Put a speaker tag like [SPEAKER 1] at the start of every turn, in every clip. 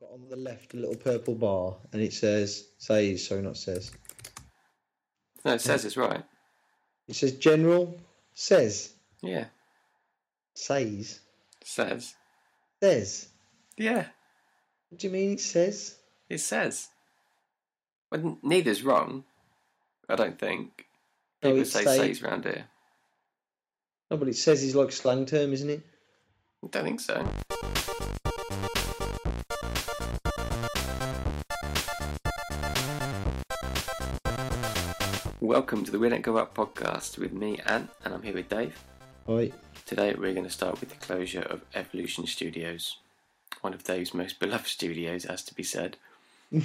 [SPEAKER 1] got on the left a little purple bar, and it says says so not says.
[SPEAKER 2] No, it says it's right.
[SPEAKER 1] It says general says
[SPEAKER 2] Yeah,
[SPEAKER 1] says
[SPEAKER 2] says.
[SPEAKER 1] says.
[SPEAKER 2] Yeah,
[SPEAKER 1] What do you mean it says?
[SPEAKER 2] it says. Well, n- neither's wrong. I don't think
[SPEAKER 1] No,
[SPEAKER 2] people
[SPEAKER 1] it
[SPEAKER 2] say
[SPEAKER 1] say-
[SPEAKER 2] says round here.
[SPEAKER 1] No, but it says is like a slang term, isn't it?
[SPEAKER 2] I don't think so. Welcome to the We Don't Go Up podcast with me, Ant, and I'm here with Dave.
[SPEAKER 1] Right.
[SPEAKER 2] Today we're going to start with the closure of Evolution Studios, one of Dave's most beloved studios, has to be said. and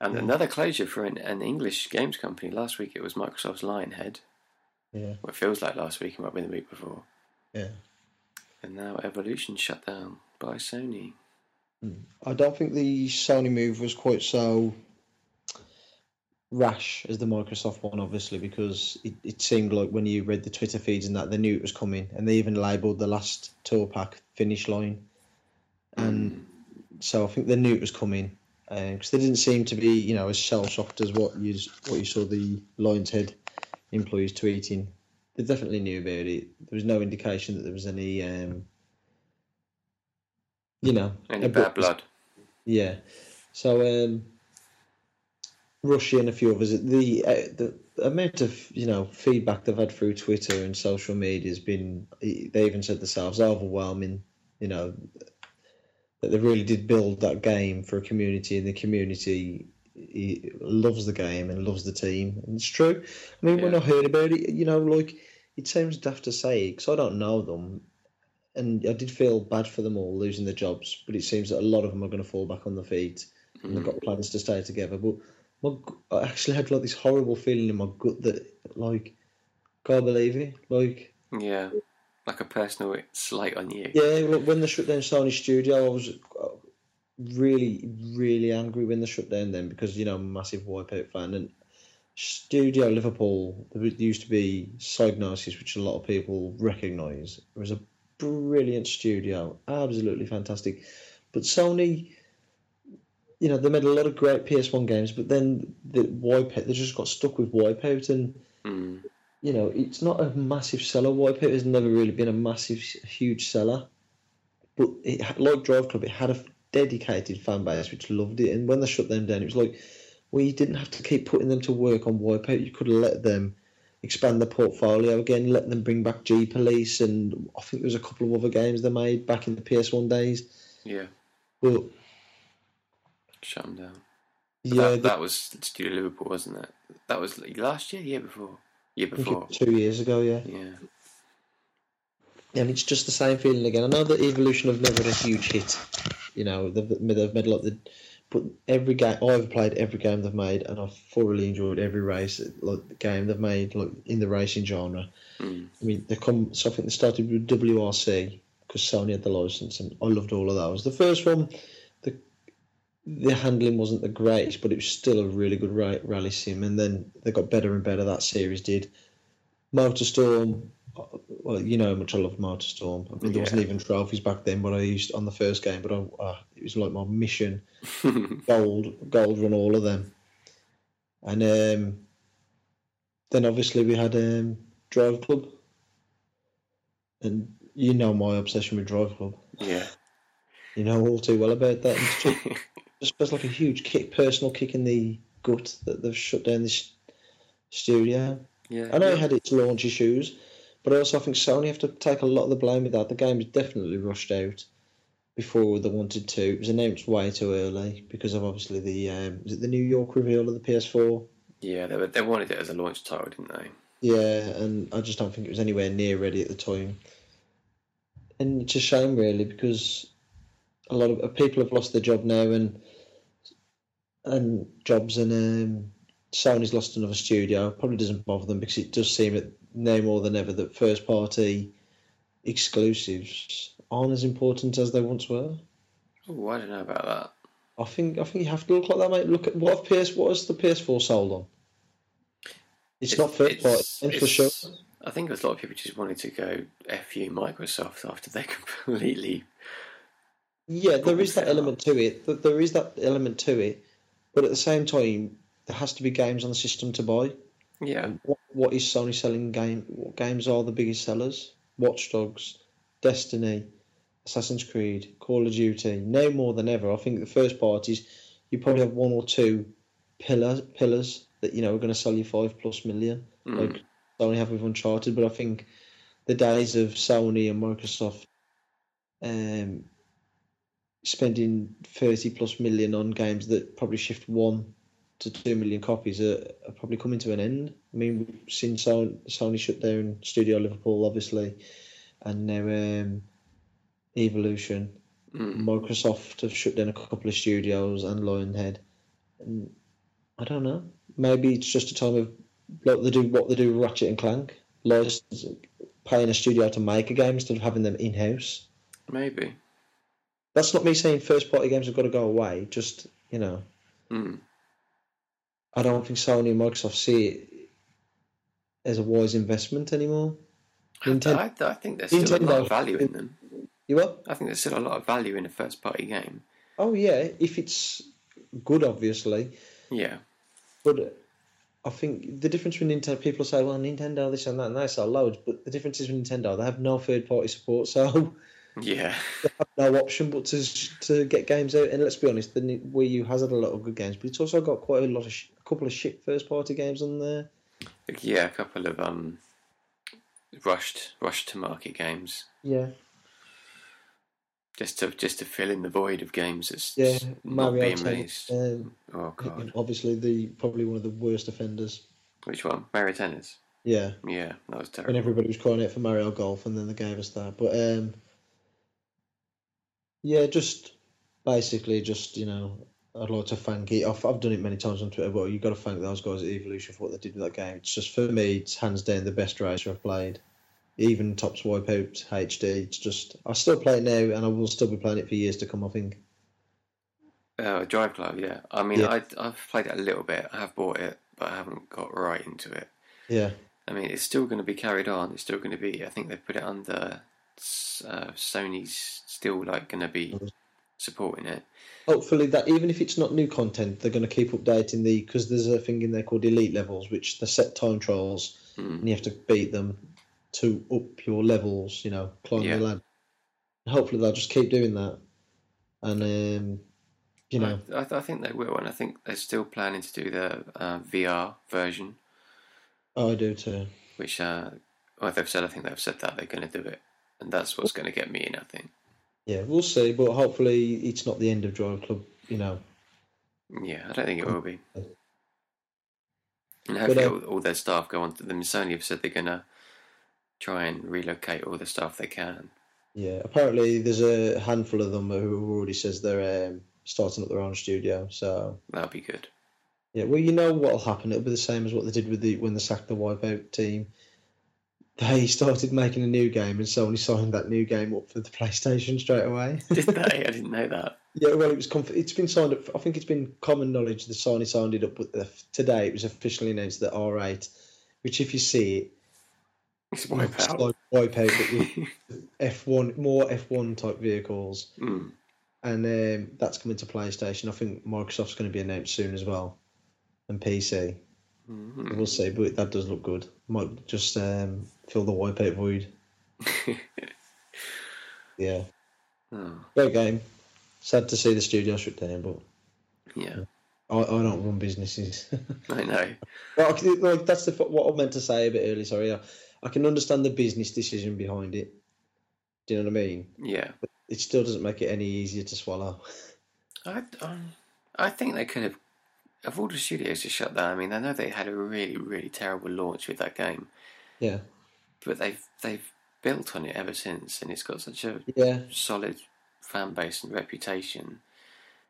[SPEAKER 2] another closure for an, an English games company. Last week it was Microsoft's Lionhead.
[SPEAKER 1] Yeah.
[SPEAKER 2] Well, it feels like last week, it might have been the week before.
[SPEAKER 1] Yeah.
[SPEAKER 2] And now Evolution shut down by Sony.
[SPEAKER 1] I don't think the Sony move was quite so rash as the Microsoft one, obviously, because it, it seemed like when you read the Twitter feeds and that, they knew it was coming, and they even labelled the last tour pack finish line. And so I think they knew it was coming because they didn't seem to be, you know, as shell shocked as what you what you saw the Lion's Head employees tweeting. They definitely knew about it. There was no indication that there was any, um, you know,
[SPEAKER 2] Any
[SPEAKER 1] abrupt
[SPEAKER 2] bad blood.
[SPEAKER 1] yeah. So um, Russia and a few others. The uh, the amount of you know feedback they've had through Twitter and social media has been. e, They even said themselves overwhelming. You know that they really did build that game for a community, and the community eh, loves the game and loves the team. And it's true. I mean, when
[SPEAKER 2] Yeah.
[SPEAKER 1] I heard about it, you know, like it sounds daft to say because I don't know them, and I did feel bad for them all losing their jobs, but it seems that a lot of them are going to fall back on their feet and they've Mm. got plans to stay together. But my, gu- I actually had like this horrible feeling in my gut that, like, can't believe it. Like,
[SPEAKER 2] Mm. Yeah, like a personal slight on you.
[SPEAKER 1] yeah, look, when they shut down Sony Studio, I was uh, really, really angry when they shut down then because, you know, I'm a massive Wipeout fan. And Studio Liverpool, there was- used to be Psygnosis, which a lot of people recognise. It was a brilliant studio, absolutely fantastic. But Sony, you know, they made a lot of great PS1 games, but then the Wipeout, they just got stuck with Wipeout and
[SPEAKER 2] Mm.
[SPEAKER 1] you know, it's not a massive seller. Wipeout has never really been a massive, huge seller. But it, ha- like Drive Club, it had a dedicated fan base which loved it. And when they shut them down, it was like, well, you didn't have to keep putting them to work on Wipeout. You could have let them expand the portfolio again, let them bring back G Police. And I think there was a couple of other games they made back in the PS1 days.
[SPEAKER 2] Yeah,
[SPEAKER 1] But
[SPEAKER 2] shut 'em down.
[SPEAKER 1] yeah,
[SPEAKER 2] that, that was Studio Liverpool, wasn't it? That was like last year, year before, year
[SPEAKER 1] I think
[SPEAKER 2] before.
[SPEAKER 1] it- two years ago, yeah.
[SPEAKER 2] Yeah,
[SPEAKER 1] and it's just the same feeling again. I know that Evolution have never had a huge hit, you know, they've, they've made a lot. Of, but every game I've played, every game they've made, and I've thoroughly enjoyed every race, like the game they've made, like in the racing genre.
[SPEAKER 2] Mm.
[SPEAKER 1] I mean, they come. So I think they started with WRC because Sony had the license, and I loved all of those. The first one, the the handling wasn't the greatest, but it was still a really good ra- rally sim. And then they got better and better. That series did. Motorstorm, uh, well, you know how much I love Motorstorm. I mean, there wasn't
[SPEAKER 2] Yeah.
[SPEAKER 1] even trophies back then, but I used on the first game. But I, uh, it was like my mission
[SPEAKER 2] Mm.
[SPEAKER 1] gold, gold run all of them. And um, then obviously we had um, Drive Club, and you know my obsession with Drive Club.
[SPEAKER 2] yeah.
[SPEAKER 1] You know all too well about that. It's just, just feels like a huge kick, personal kick in the gut that they've shut down this studio.
[SPEAKER 2] yeah.
[SPEAKER 1] I know it had its launch issues, but I also think Sony have to take a lot of the blame with that. The game was definitely rushed out before they wanted to. It was announced way too early because of obviously the um, was it the New York reveal of the PS4.
[SPEAKER 2] Yeah, they, were, they wanted it as a launch title, didn't they?
[SPEAKER 1] Yeah, and I just don't think it was anywhere near ready at the time. And it's a shame, really, because a lot of people have lost their job now, and and jobs, and um, Sony's lost another studio. Probably doesn't bother them because it does seem that now more than ever that first party exclusives aren't as important as they once were.
[SPEAKER 2] Oh, I don't know about that.
[SPEAKER 1] I think I think you have to look like that, mate. Look at what have PS what has the PS4 sold on? It's, not first party,
[SPEAKER 2] it's-
[SPEAKER 1] and for sure.
[SPEAKER 2] it's- I think a lot of people just wanted to go F you Microsoft after they completely
[SPEAKER 1] Yeah, there
[SPEAKER 2] we
[SPEAKER 1] is that
[SPEAKER 2] fail.
[SPEAKER 1] element to it. Th- There is that element to it, but at the same time, there has to be games on the system to buy.
[SPEAKER 2] Yeah,
[SPEAKER 1] What, what is Sony selling? Game what games are the biggest sellers? Watch Dogs, Destiny, Assassin's Creed, Call of Duty. No more than ever. I think the first parties, you probably have one or two pillar pillars that you know are going to sell you five plus million.
[SPEAKER 2] Mm.
[SPEAKER 1] Like Sony have with Uncharted, but I think the days of Sony and Microsoft um, spending thirty plus million on games that probably shift one to two million copies are, are probably coming to an end. I mean, we've seen Sony, Sony shut down Studio Liverpool, obviously, and now um, Evolution.
[SPEAKER 2] Mm.
[SPEAKER 1] Microsoft have shut down a couple of studios and Lionhead. And I don't know. Maybe it's just a time of like they do what they do with Ratchet and Clank, license paying a studio to make a game instead of having them in house.
[SPEAKER 2] maybe.
[SPEAKER 1] That's not me saying first party games have got to go away. Just you know,
[SPEAKER 2] Mm.
[SPEAKER 1] I don't think Sony and Microsoft see it as a wise investment anymore. Nintendo,
[SPEAKER 2] I, I think there's still a lot
[SPEAKER 1] Nintendo.
[SPEAKER 2] of value in them.
[SPEAKER 1] you what?
[SPEAKER 2] I think there's still a lot of value in a first party game.
[SPEAKER 1] Oh yeah, if it's good, obviously.
[SPEAKER 2] Yeah,
[SPEAKER 1] But uh, I think the difference with Nintendo, people say, well, Nintendo, this and that, and they sell loads. But the difference is with Nintendo, they have no third party support, so
[SPEAKER 2] yeah,
[SPEAKER 1] they have no option but to to get games out. And let's be honest, the Ni- Wii U has had a lot of good games, but it's also got quite a lot of sh- a couple of shit first party games on there.
[SPEAKER 2] yeah. A couple of um, rushed, rushed to market games
[SPEAKER 1] Yeah,
[SPEAKER 2] just to just to fill in the void of games that's
[SPEAKER 1] yeah,
[SPEAKER 2] not
[SPEAKER 1] Mario
[SPEAKER 2] being
[SPEAKER 1] Tennis.
[SPEAKER 2] released.
[SPEAKER 1] Um,
[SPEAKER 2] Oh god,
[SPEAKER 1] obviously, the probably one of the worst offenders.
[SPEAKER 2] which one? Mario Tennis.
[SPEAKER 1] Yeah,
[SPEAKER 2] Yeah, that was
[SPEAKER 1] when
[SPEAKER 2] terrible.
[SPEAKER 1] everybody was crying out for Mario Golf, and then they gave us that. But um, yeah, just basically, just you know, I'd like to thank it. I've, I've done it many times on Twitter. Well, you've got to thank those guys at Evolution for what they did with that game. It's just for me, it's hands down the best racer I've played. Even Tops Wipeout HD. It's just I still play it now, and I will still be playing it for years to come. I think.
[SPEAKER 2] Uh, Drive Club, yeah. I mean,
[SPEAKER 1] Yeah.
[SPEAKER 2] I, I've played it a little bit. I have bought it, but I haven't got right into it.
[SPEAKER 1] Yeah,
[SPEAKER 2] I mean, it's still going to be carried on. It's still going to be. I think they put it under s- uh, Sony's still like going to be
[SPEAKER 1] Mm.
[SPEAKER 2] supporting it.
[SPEAKER 1] hopefully that even if it's not new content, they're going to keep updating the because there's a thing in there called elite levels, which they set time trials.
[SPEAKER 2] Mm.
[SPEAKER 1] and you have to beat them to up your levels, you know, climb
[SPEAKER 2] Yeah.
[SPEAKER 1] the ladder. And hopefully they'll just keep doing that. And um, you know,
[SPEAKER 2] I, I, I think they will, and I think they're still planning to do the uh, VR version,
[SPEAKER 1] I do too.
[SPEAKER 2] which uh, well, they've said. I think they've said that they're going to do it, and that's what's going to get me in. I think.
[SPEAKER 1] Yeah, we'll see, but hopefully it's not the end of Drive Club, you know.
[SPEAKER 2] Yeah, I don't think it will be. And
[SPEAKER 1] But,
[SPEAKER 2] hopefully,
[SPEAKER 1] uh,
[SPEAKER 2] all, all their staff go on to them. Sony have said they're going to try and relocate all the staff they can.
[SPEAKER 1] Yeah, apparently there's a handful of them who already says they're um, starting up their own studio. So
[SPEAKER 2] That'll be good.
[SPEAKER 1] yeah, well you know what'll happen. It'll be the same as what they did with the when they sacked the Wipeout team. They started making a new game, and Sony signed that new game up for the PlayStation straight away.
[SPEAKER 2] Did they? I didn't know that.
[SPEAKER 1] Yeah, well, it was. Conf- it's been signed up. I think it's been common knowledge the Sony signed it up, but the, today it was officially announced that R8, which if you see it,
[SPEAKER 2] It's
[SPEAKER 1] it's
[SPEAKER 2] Wipeout.
[SPEAKER 1] like Wipeout, but with F1 more F1 type vehicles,
[SPEAKER 2] Mm.
[SPEAKER 1] and um, that's coming to PlayStation. I think Microsoft's going to be announced soon as well, and PC.
[SPEAKER 2] Mm.
[SPEAKER 1] We'll see, but that does look good. Might just um, fill the Wipeout void. Yeah,
[SPEAKER 2] Oh,
[SPEAKER 1] great game. Sad to see the studio shut down, but
[SPEAKER 2] yeah,
[SPEAKER 1] I, I don't run businesses.
[SPEAKER 2] I know.
[SPEAKER 1] Well, I can- like, that's the, what I meant to say a bit earlier. Sorry, I, I can understand the business decision behind it. Do you know what I mean?
[SPEAKER 2] Yeah,
[SPEAKER 1] It still doesn't make it any easier to swallow.
[SPEAKER 2] I, um, I think they could have. Of all the studios to shut down, I mean, I know they had a really, really terrible launch with that game,
[SPEAKER 1] Yeah,
[SPEAKER 2] but they've they've built on it ever since, and it's got such a
[SPEAKER 1] yeah.
[SPEAKER 2] solid fan base and reputation.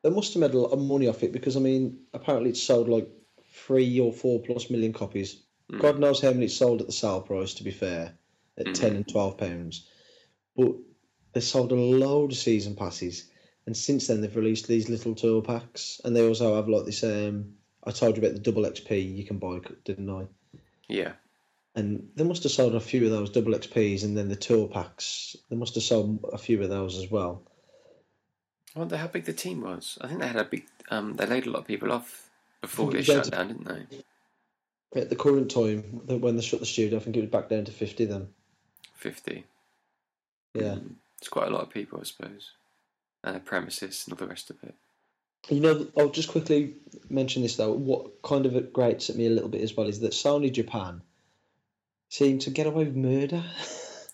[SPEAKER 1] They must have made a lot of money off it because I mean, apparently it's sold like three or four plus million copies.
[SPEAKER 2] Mm.
[SPEAKER 1] God knows how many it sold at the sale price. To be fair, at
[SPEAKER 2] Mhm.
[SPEAKER 1] ten and twelve pounds, but they sold a load of season passes, and since then they've released these little tour packs, and they also have like this. Um, I told you about the double XP you can buy, didn't I?
[SPEAKER 2] Yeah,
[SPEAKER 1] and they must have sold a few of those double XPs and then the tour packs. They must have sold a few of those as well.
[SPEAKER 2] I wonder how big the team was. I think they had a big. Um, they laid a lot of people off before
[SPEAKER 1] They
[SPEAKER 2] this
[SPEAKER 1] did.
[SPEAKER 2] shutdown, didn't they?
[SPEAKER 1] At the current time, that when they shut the studio, I think it was back down to 50 then.
[SPEAKER 2] Fifty.
[SPEAKER 1] Yeah.
[SPEAKER 2] Mm. It's quite a lot of people, I suppose, and the premises and all the rest of it.
[SPEAKER 1] You know, I'll just quickly mention this though. What kind of grates at me a little bit as well is that Sony Japan seem to get away with murder.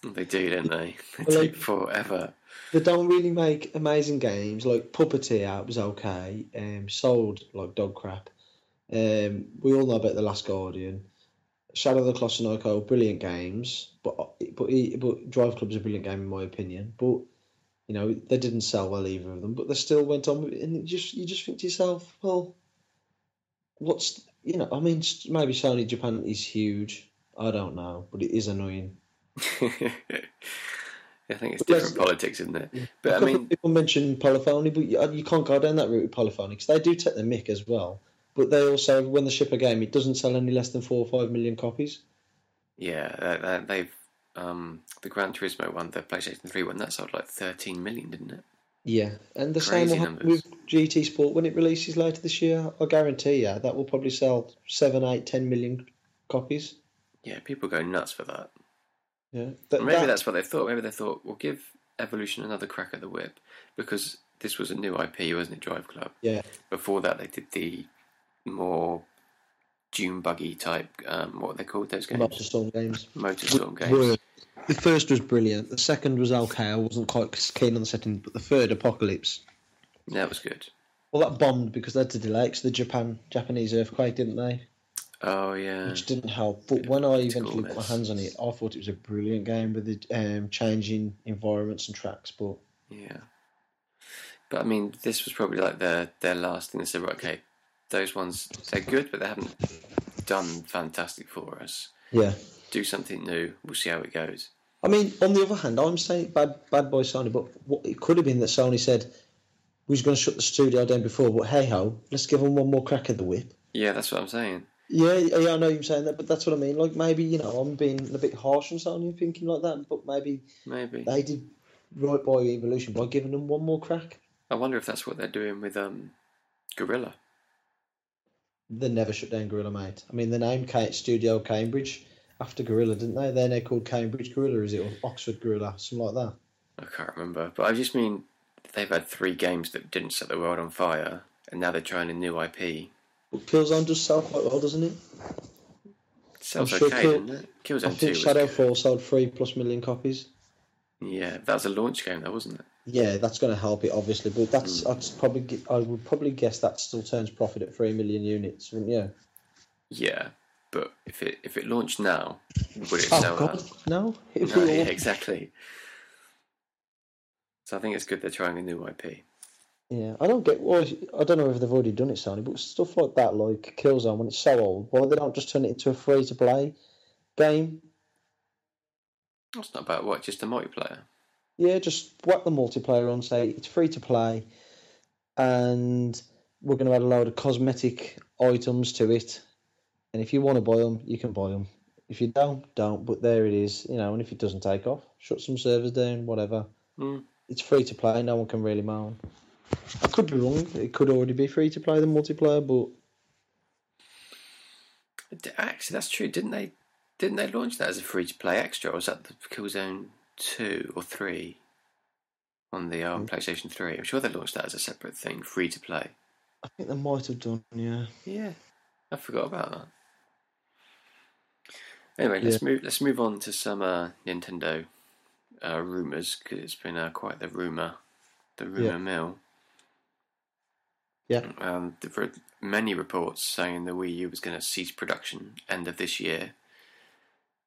[SPEAKER 2] They do, don't they? They
[SPEAKER 1] Well,
[SPEAKER 2] do
[SPEAKER 1] like-
[SPEAKER 2] forever.
[SPEAKER 1] they don't really make amazing games. Like Puppeteer was okay, um, sold like dog crap. Um, we all know about The Last Guardian. Shadow of the Colossus brilliant games, but but but Drive Club's a brilliant game in my opinion. But you know they didn't sell well either of them, but they still went on. with it, And it just you just think to yourself, well, what's you know? I mean, s- maybe Sony Japan is huge. I don't know, but it is annoying.
[SPEAKER 2] I think it's
[SPEAKER 1] Yes.
[SPEAKER 2] different politics, isn't it?
[SPEAKER 1] A
[SPEAKER 2] But I
[SPEAKER 1] couple
[SPEAKER 2] mean,
[SPEAKER 1] of people mentioned polyphony, but you, you can't go down that route with polyphony because they do take the mick as well. But they also, when they ship a game, it doesn't sell any less than four or five million copies.
[SPEAKER 2] yeah, that, that, they've um, the Gran Turismo one, the PlayStation Three one, that sold like thirteen million, didn't it?
[SPEAKER 1] Yeah, and the same
[SPEAKER 2] Crazy
[SPEAKER 1] will happen
[SPEAKER 2] numbers.
[SPEAKER 1] with GT Sport when it releases later this year. I guarantee you that will probably sell seven, eight, ten million copies.
[SPEAKER 2] Yeah, people go nuts for that.
[SPEAKER 1] Yeah, That-
[SPEAKER 2] Maybe
[SPEAKER 1] that-
[SPEAKER 2] that's what they thought. Maybe they thought we'll give Evolution another crack at the whip because this was a new IP, wasn't it? Drive Club.
[SPEAKER 1] Yeah.
[SPEAKER 2] Before that, they did the more dune buggy type. Um, what are they called those
[SPEAKER 1] Lots of
[SPEAKER 2] games?
[SPEAKER 1] Storm games.
[SPEAKER 2] Motorstorm games.
[SPEAKER 1] Were- The first was brilliant. The second was okay. I wasn't quite keen on the second, but the third, Apocalypse.
[SPEAKER 2] Yeah, that was good.
[SPEAKER 1] Well, that bombed because they had to delay it 'cause the Japan Japanese earthquake, didn't they?
[SPEAKER 2] Oh yeah.
[SPEAKER 1] which didn't help. But when I
[SPEAKER 2] it's
[SPEAKER 1] eventually
[SPEAKER 2] cool,
[SPEAKER 1] got my
[SPEAKER 2] it's-
[SPEAKER 1] hands on it, I thought it was a brilliant game with the um, changing environments and tracks. But
[SPEAKER 2] Yeah. But I mean, this was probably like their their last thing. They said, right, okay, those ones they're good, but they haven't done fantastic for us.
[SPEAKER 1] yeah,
[SPEAKER 2] Do something new. We'll see how it goes.
[SPEAKER 1] I mean, on the other hand, I'm saying bad, bad boy Sony, but what, it could have been that Sony said we was going to shut the studio down before, but hey ho, let's give them one more crack at the whip.
[SPEAKER 2] Yeah, that's what I'm saying.
[SPEAKER 1] Yeah, yeah, I know you're saying that, but that's what I mean. Like maybe you know I'm being a bit harsh on Sony and thinking like that, but maybe
[SPEAKER 2] Maybe.
[SPEAKER 1] they did right by Evolution by giving them one more crack.
[SPEAKER 2] I wonder if that's what they're doing with um, Gorilla.
[SPEAKER 1] They never shut down Gorilla, mate. I mean, the name Ca- Studio Cambridge after Gorilla, didn't they? Then they're called Cambridge Gorilla, is it? Or Oxford Gorilla, something like that.
[SPEAKER 2] I can't remember, but I just mean they've had three games that didn't set the world on fire, and now they're trying a new IP.
[SPEAKER 1] But Killzone does sell quite well, doesn't it?
[SPEAKER 2] Sounds
[SPEAKER 1] I'm sure
[SPEAKER 2] okay,
[SPEAKER 1] Kill-
[SPEAKER 2] doesn't it?
[SPEAKER 1] I
[SPEAKER 2] Killzone Two.
[SPEAKER 1] think
[SPEAKER 2] Was
[SPEAKER 1] Shadowfall sold three plus million copies.
[SPEAKER 2] good. Yeah, that was a launch game, though, wasn't it?
[SPEAKER 1] Yeah, that's going to help it, obviously. But that's
[SPEAKER 2] Mm.
[SPEAKER 1] I'd probably gu- I would probably guess that still turns profit at three million units, wouldn't you?
[SPEAKER 2] Yeah, but if it if it launched now, would it
[SPEAKER 1] Oh
[SPEAKER 2] sell
[SPEAKER 1] God,
[SPEAKER 2] that?
[SPEAKER 1] no! It'd
[SPEAKER 2] No,
[SPEAKER 1] be
[SPEAKER 2] yeah,
[SPEAKER 1] awful.
[SPEAKER 2] exactly. So I think it's good they're trying a new IP.
[SPEAKER 1] Yeah, I don't get. Well, I don't know if they've already done it, Sony, but stuff like that, like Killzone, when it's so old, why they don't just turn it into a free to play game?
[SPEAKER 2] It's not about what, just a multiplayer.
[SPEAKER 1] Yeah, just whack the multiplayer on, say it's free to play, and we're going to add a load of cosmetic items to it. And if you want to buy them, you can buy them. If you don't, don't. But there it is, you know. And if it doesn't take off, shut some servers down, whatever.
[SPEAKER 2] Hmm.
[SPEAKER 1] It's free to play. No one can really moan. I could be wrong. It could already be free to play the multiplayer, but
[SPEAKER 2] D- Actually, that's true. Didn't they? Didn't they launch that as a free to play extra? Or was that the Killzone two or three on the um, PlayStation three? I'm sure they launched that as a separate thing, free to play.
[SPEAKER 1] I think they might have done. Yeah.
[SPEAKER 2] Yeah, I forgot about that. Anyway, let's move. Let's move on to some uh, Nintendo uh, rumors because it's been uh, quite the rumor, the rumor
[SPEAKER 1] Yeah.
[SPEAKER 2] mill.
[SPEAKER 1] Yeah.
[SPEAKER 2] Um, there were many reports saying the Wii U was going to cease production end of this year,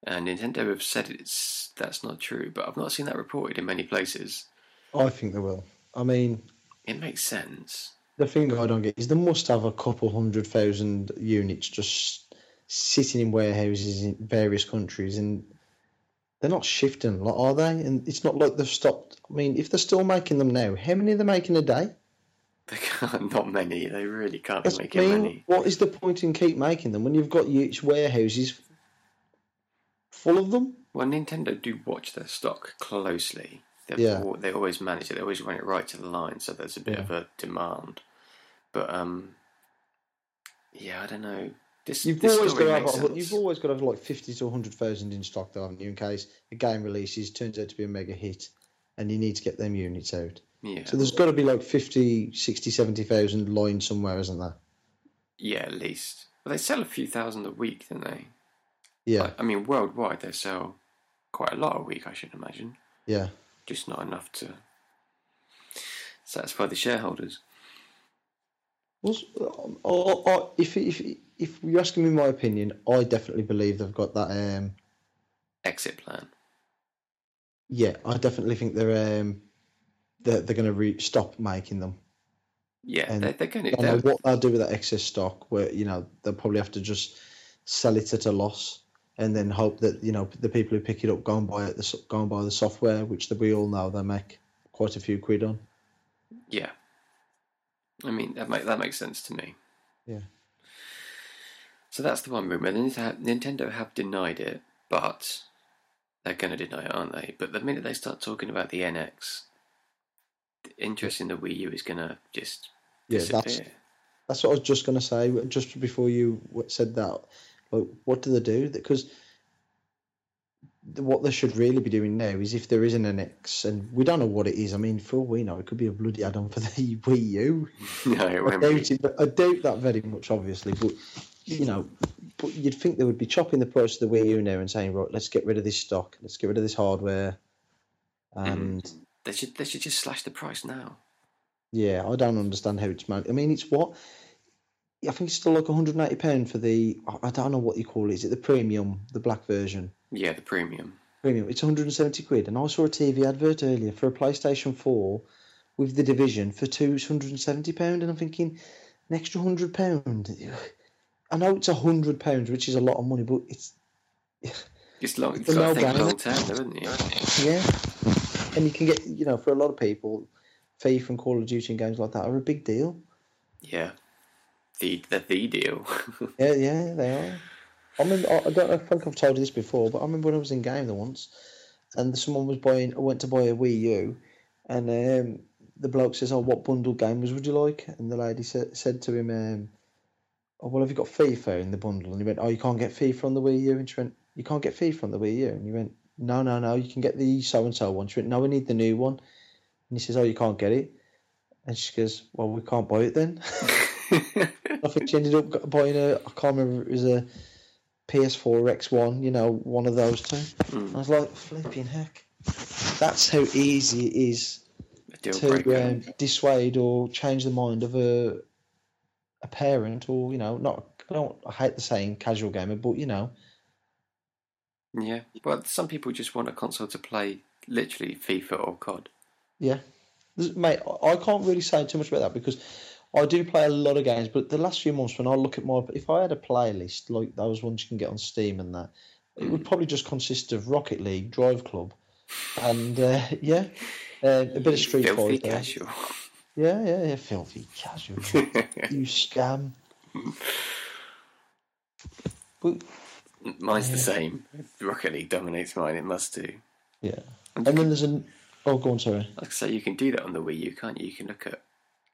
[SPEAKER 2] and Nintendo have said it's that's not true. But I've not seen that reported in many places.
[SPEAKER 1] I think they will. I mean,
[SPEAKER 2] It makes sense.
[SPEAKER 1] the thing I don't get is they must have a couple hundred thousand units just sitting in warehouses in various countries, and they're not shifting a lot, are they? And it's not like they've stopped. I mean, if they're still making them now, how many are they making a day?
[SPEAKER 2] They can't. Not many. They really can't be
[SPEAKER 1] That's
[SPEAKER 2] making
[SPEAKER 1] mean.
[SPEAKER 2] many.
[SPEAKER 1] What is the point in keep making them when you've got huge warehouses full of them?
[SPEAKER 2] Well, Nintendo do watch their stock closely. They've
[SPEAKER 1] Yeah.
[SPEAKER 2] al- they always manage it. They always run it right to the line, so there's a bit
[SPEAKER 1] Yeah.
[SPEAKER 2] of a demand. But um, yeah, I don't know. This
[SPEAKER 1] You've
[SPEAKER 2] this
[SPEAKER 1] always got
[SPEAKER 2] story
[SPEAKER 1] to
[SPEAKER 2] makes
[SPEAKER 1] have
[SPEAKER 2] sense.
[SPEAKER 1] you've always got to have like fifty to hundred thousand in stock, though, haven't you? In case a game releases, turns out to be a mega hit, and you need to get them units out.
[SPEAKER 2] yeah,
[SPEAKER 1] So there's got to be like 50, 60, 70,000 lying somewhere, isn't there?
[SPEAKER 2] yeah, at least. Well, they sell a few thousand a week, don't they?
[SPEAKER 1] Yeah,
[SPEAKER 2] Like, I mean, worldwide they sell quite a lot a week, I should imagine.
[SPEAKER 1] yeah,
[SPEAKER 2] Just not enough to satisfy the shareholders.
[SPEAKER 1] Well, s- uh, I- I- I- if if if you're asking me my opinion, I definitely believe they've got that. Um,
[SPEAKER 2] Exit plan.
[SPEAKER 1] yeah, I definitely think they're um, they're, they're going to re- stop making them.
[SPEAKER 2] Yeah,
[SPEAKER 1] And
[SPEAKER 2] they're, they're going
[SPEAKER 1] I don't know
[SPEAKER 2] to.
[SPEAKER 1] what they'll do with that excess stock. Where you know they'll probably have to just sell it at a loss, and then hope that you know the people who pick it up go and buy it, the so- go and buy the software, which we all know they make quite a few quid on.
[SPEAKER 2] Yeah. I mean, that, make, that makes sense to me.
[SPEAKER 1] Yeah.
[SPEAKER 2] So that's the one rumour. Nintendo Nintendo have denied it, but they're going to deny it, aren't they? But the minute they start talking about the NX, the interest in the Wii U is going to just
[SPEAKER 1] Yeah,
[SPEAKER 2] disappear.
[SPEAKER 1] that's That's what I was just going to say, just before you w- said that. Like, what do they do? Because what they should really be doing now is if there is an NX, and we don't know what it is. I mean, for all we know, it could be a bloody add-on for the Wii U.
[SPEAKER 2] no, it
[SPEAKER 1] I
[SPEAKER 2] won't be.
[SPEAKER 1] doubt it. I doubt that very much, obviously. But you know, but you'd think they would be chopping the price of the Wii U now and saying, right, let's get rid of this stock, let's get rid of this hardware, and
[SPEAKER 2] They should, they should just slash the price now.
[SPEAKER 1] Yeah, I don't understand how it's made. I mean, it's what I think it's still like 180 pound for the I- I don't know what you call it. Is it the premium, the black version?
[SPEAKER 2] Yeah, the premium.
[SPEAKER 1] Premium. It's 170 quid, and I saw a TV advert earlier for a PlayStation 4 with the division for 270 pound, and I'm thinking an extra 100 pound. I know it's 100 pounds, which is a lot of money, but it's
[SPEAKER 2] It's long,
[SPEAKER 1] a
[SPEAKER 2] you've got to think
[SPEAKER 1] no-brainer.
[SPEAKER 2] long term, haven't you?
[SPEAKER 1] Yeah, and you can get you know for a lot of people, FIFA and Call of Duty and games like that are a big deal.
[SPEAKER 2] Yeah. The, the, the deal.
[SPEAKER 1] Yeah, yeah, they are. I remember, I I don't know, I think I've told you this before, but I remember when I was in game there once, and someone was buying. I went to buy a Wii U, and um, the bloke says, "Oh, what bundle gamers would you like?" And the lady said, said to him, um, "Oh, well, have you got FIFA in the bundle?" And he went, "Oh, you can't get FIFA on the Wii U." And she went, "You can't get FIFA on the Wii U." And he went, "No, no, no, you can get the so and so one." She went, "No, we need the new one." And he says, "Oh, you can't get it." And she goes, "Well, we can't buy it then." I think she ended up g- buying a. I can't remember. if It was a PS4 or X1. You know, one of those two.
[SPEAKER 2] Mm.
[SPEAKER 1] I was like, flipping heck. That's how easy it is
[SPEAKER 2] A deal breaker.
[SPEAKER 1] to um, dissuade or change the mind of a a parent or you know not. I don't. I hate the saying casual gamer, but you know.
[SPEAKER 2] Yeah, well, some people just want a console to play literally FIFA or COD.
[SPEAKER 1] Yeah, There's- mate, I- I can't really say too much about that because I do play a lot of games. But the last few months, when I look at my, if I had a playlist like those ones you can get on Steam and that, it would probably just consist of Rocket League, Drive Club, and uh, yeah, um, a bit of Street
[SPEAKER 2] Filthy
[SPEAKER 1] Fighter.
[SPEAKER 2] casual.
[SPEAKER 1] Yeah, yeah, yeah, filthy casual. you scam. But
[SPEAKER 2] Mine's the same. Rocket League dominates mine. It must do.
[SPEAKER 1] yeah, and then there's an. Oh, go on, sorry.
[SPEAKER 2] Like I say, you can do that on the Wii U, can't you? You can look at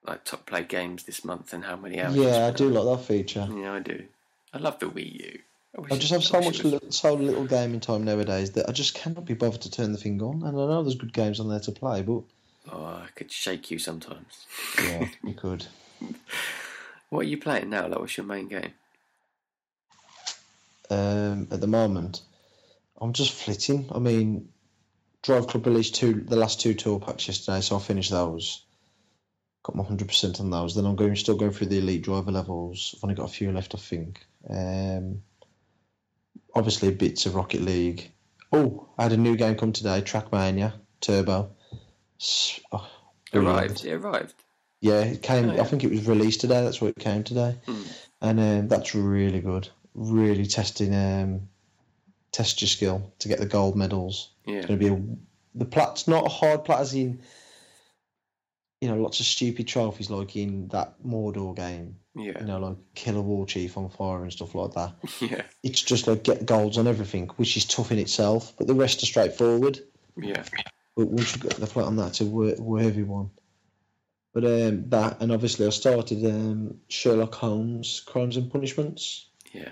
[SPEAKER 2] like top played games this month and how many hours.
[SPEAKER 1] Yeah, I do like that feature.
[SPEAKER 2] Yeah, I do. I love the Wii U. wish
[SPEAKER 1] I
[SPEAKER 2] it-
[SPEAKER 1] just have
[SPEAKER 2] I
[SPEAKER 1] so
[SPEAKER 2] wish
[SPEAKER 1] much
[SPEAKER 2] it was-
[SPEAKER 1] li- so little gaming time nowadays that I just cannot be bothered to turn the thing on. And I know there's good games on there to play, but
[SPEAKER 2] Oh, I could shake you sometimes.
[SPEAKER 1] yeah, you could.
[SPEAKER 2] What are you playing now? Like, what's your main game?
[SPEAKER 1] Um, at the moment, I'm just flitting. I mean, Drive Club released two the last two tour packs yesterday, so I finished those. Got my hundred percent on those. Then I'm going still going through the elite driver levels. I've only got a few left, I think. Um, obviously bits of Rocket League. Oh, I had a new game come today, Trackmania Turbo. S- oh, brilliant.
[SPEAKER 2] Arrived. It arrived.
[SPEAKER 1] Yeah, it came.
[SPEAKER 2] Oh, yeah.
[SPEAKER 1] I think it was released today. That's why it came today,
[SPEAKER 2] Mm.
[SPEAKER 1] and um, that's really good. Really testing, um, test your skill to get the gold medals. It's
[SPEAKER 2] Yeah.
[SPEAKER 1] gonna be a, the plat's not a hard plat as in, you know, lots of stupid trophies like in that Mordor game. You
[SPEAKER 2] Yeah.
[SPEAKER 1] know, like kill a war chief on fire and stuff like that.
[SPEAKER 2] Yeah.
[SPEAKER 1] It's just like get golds on everything, which is tough in itself, but the rest are straightforward.
[SPEAKER 2] Yeah.
[SPEAKER 1] But once you get the plot on that, it's a wor- worthy one. But um, that, and obviously I started um, Sherlock Holmes: Crimes and Punishments.
[SPEAKER 2] Yeah.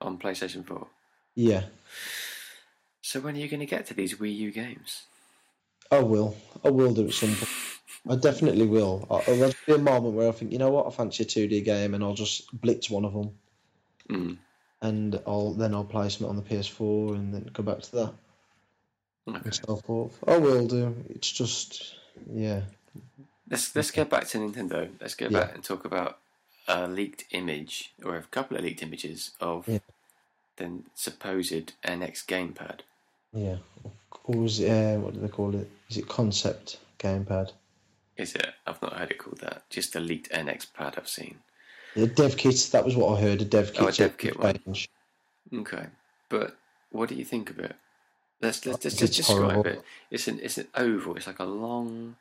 [SPEAKER 2] On PlayStation 4.
[SPEAKER 1] Yeah,
[SPEAKER 2] So when are you going to get to these Wii U games?
[SPEAKER 1] I will. I will do it some point. I definitely will. I, there'll be a moment where I think, you know what, I fancy a 2D game, and I'll just blitz one of them,
[SPEAKER 2] Mm.
[SPEAKER 1] and I'll then I'll play something on the PS4, and then go back to that.
[SPEAKER 2] Okay.
[SPEAKER 1] and so forth. I will do. It's just, yeah,
[SPEAKER 2] Let's let's go back to Nintendo. Let's go
[SPEAKER 1] Yeah.
[SPEAKER 2] back and talk about a leaked image or a couple of leaked images of
[SPEAKER 1] Yeah.
[SPEAKER 2] the supposed NX gamepad.
[SPEAKER 1] yeah. Or was it, uh, what do they call it? Is it concept gamepad?
[SPEAKER 2] Is it? I've not heard it called that. Just a leaked NX pad I've seen.
[SPEAKER 1] The dev kit, that was what I heard, a dev kit.
[SPEAKER 2] Oh, a dev kit one.
[SPEAKER 1] change.
[SPEAKER 2] Okay, but what do you think of it? Let's let's, let's
[SPEAKER 1] It's
[SPEAKER 2] just describe
[SPEAKER 1] horrible.
[SPEAKER 2] it. It's an it's an oval. It's like a long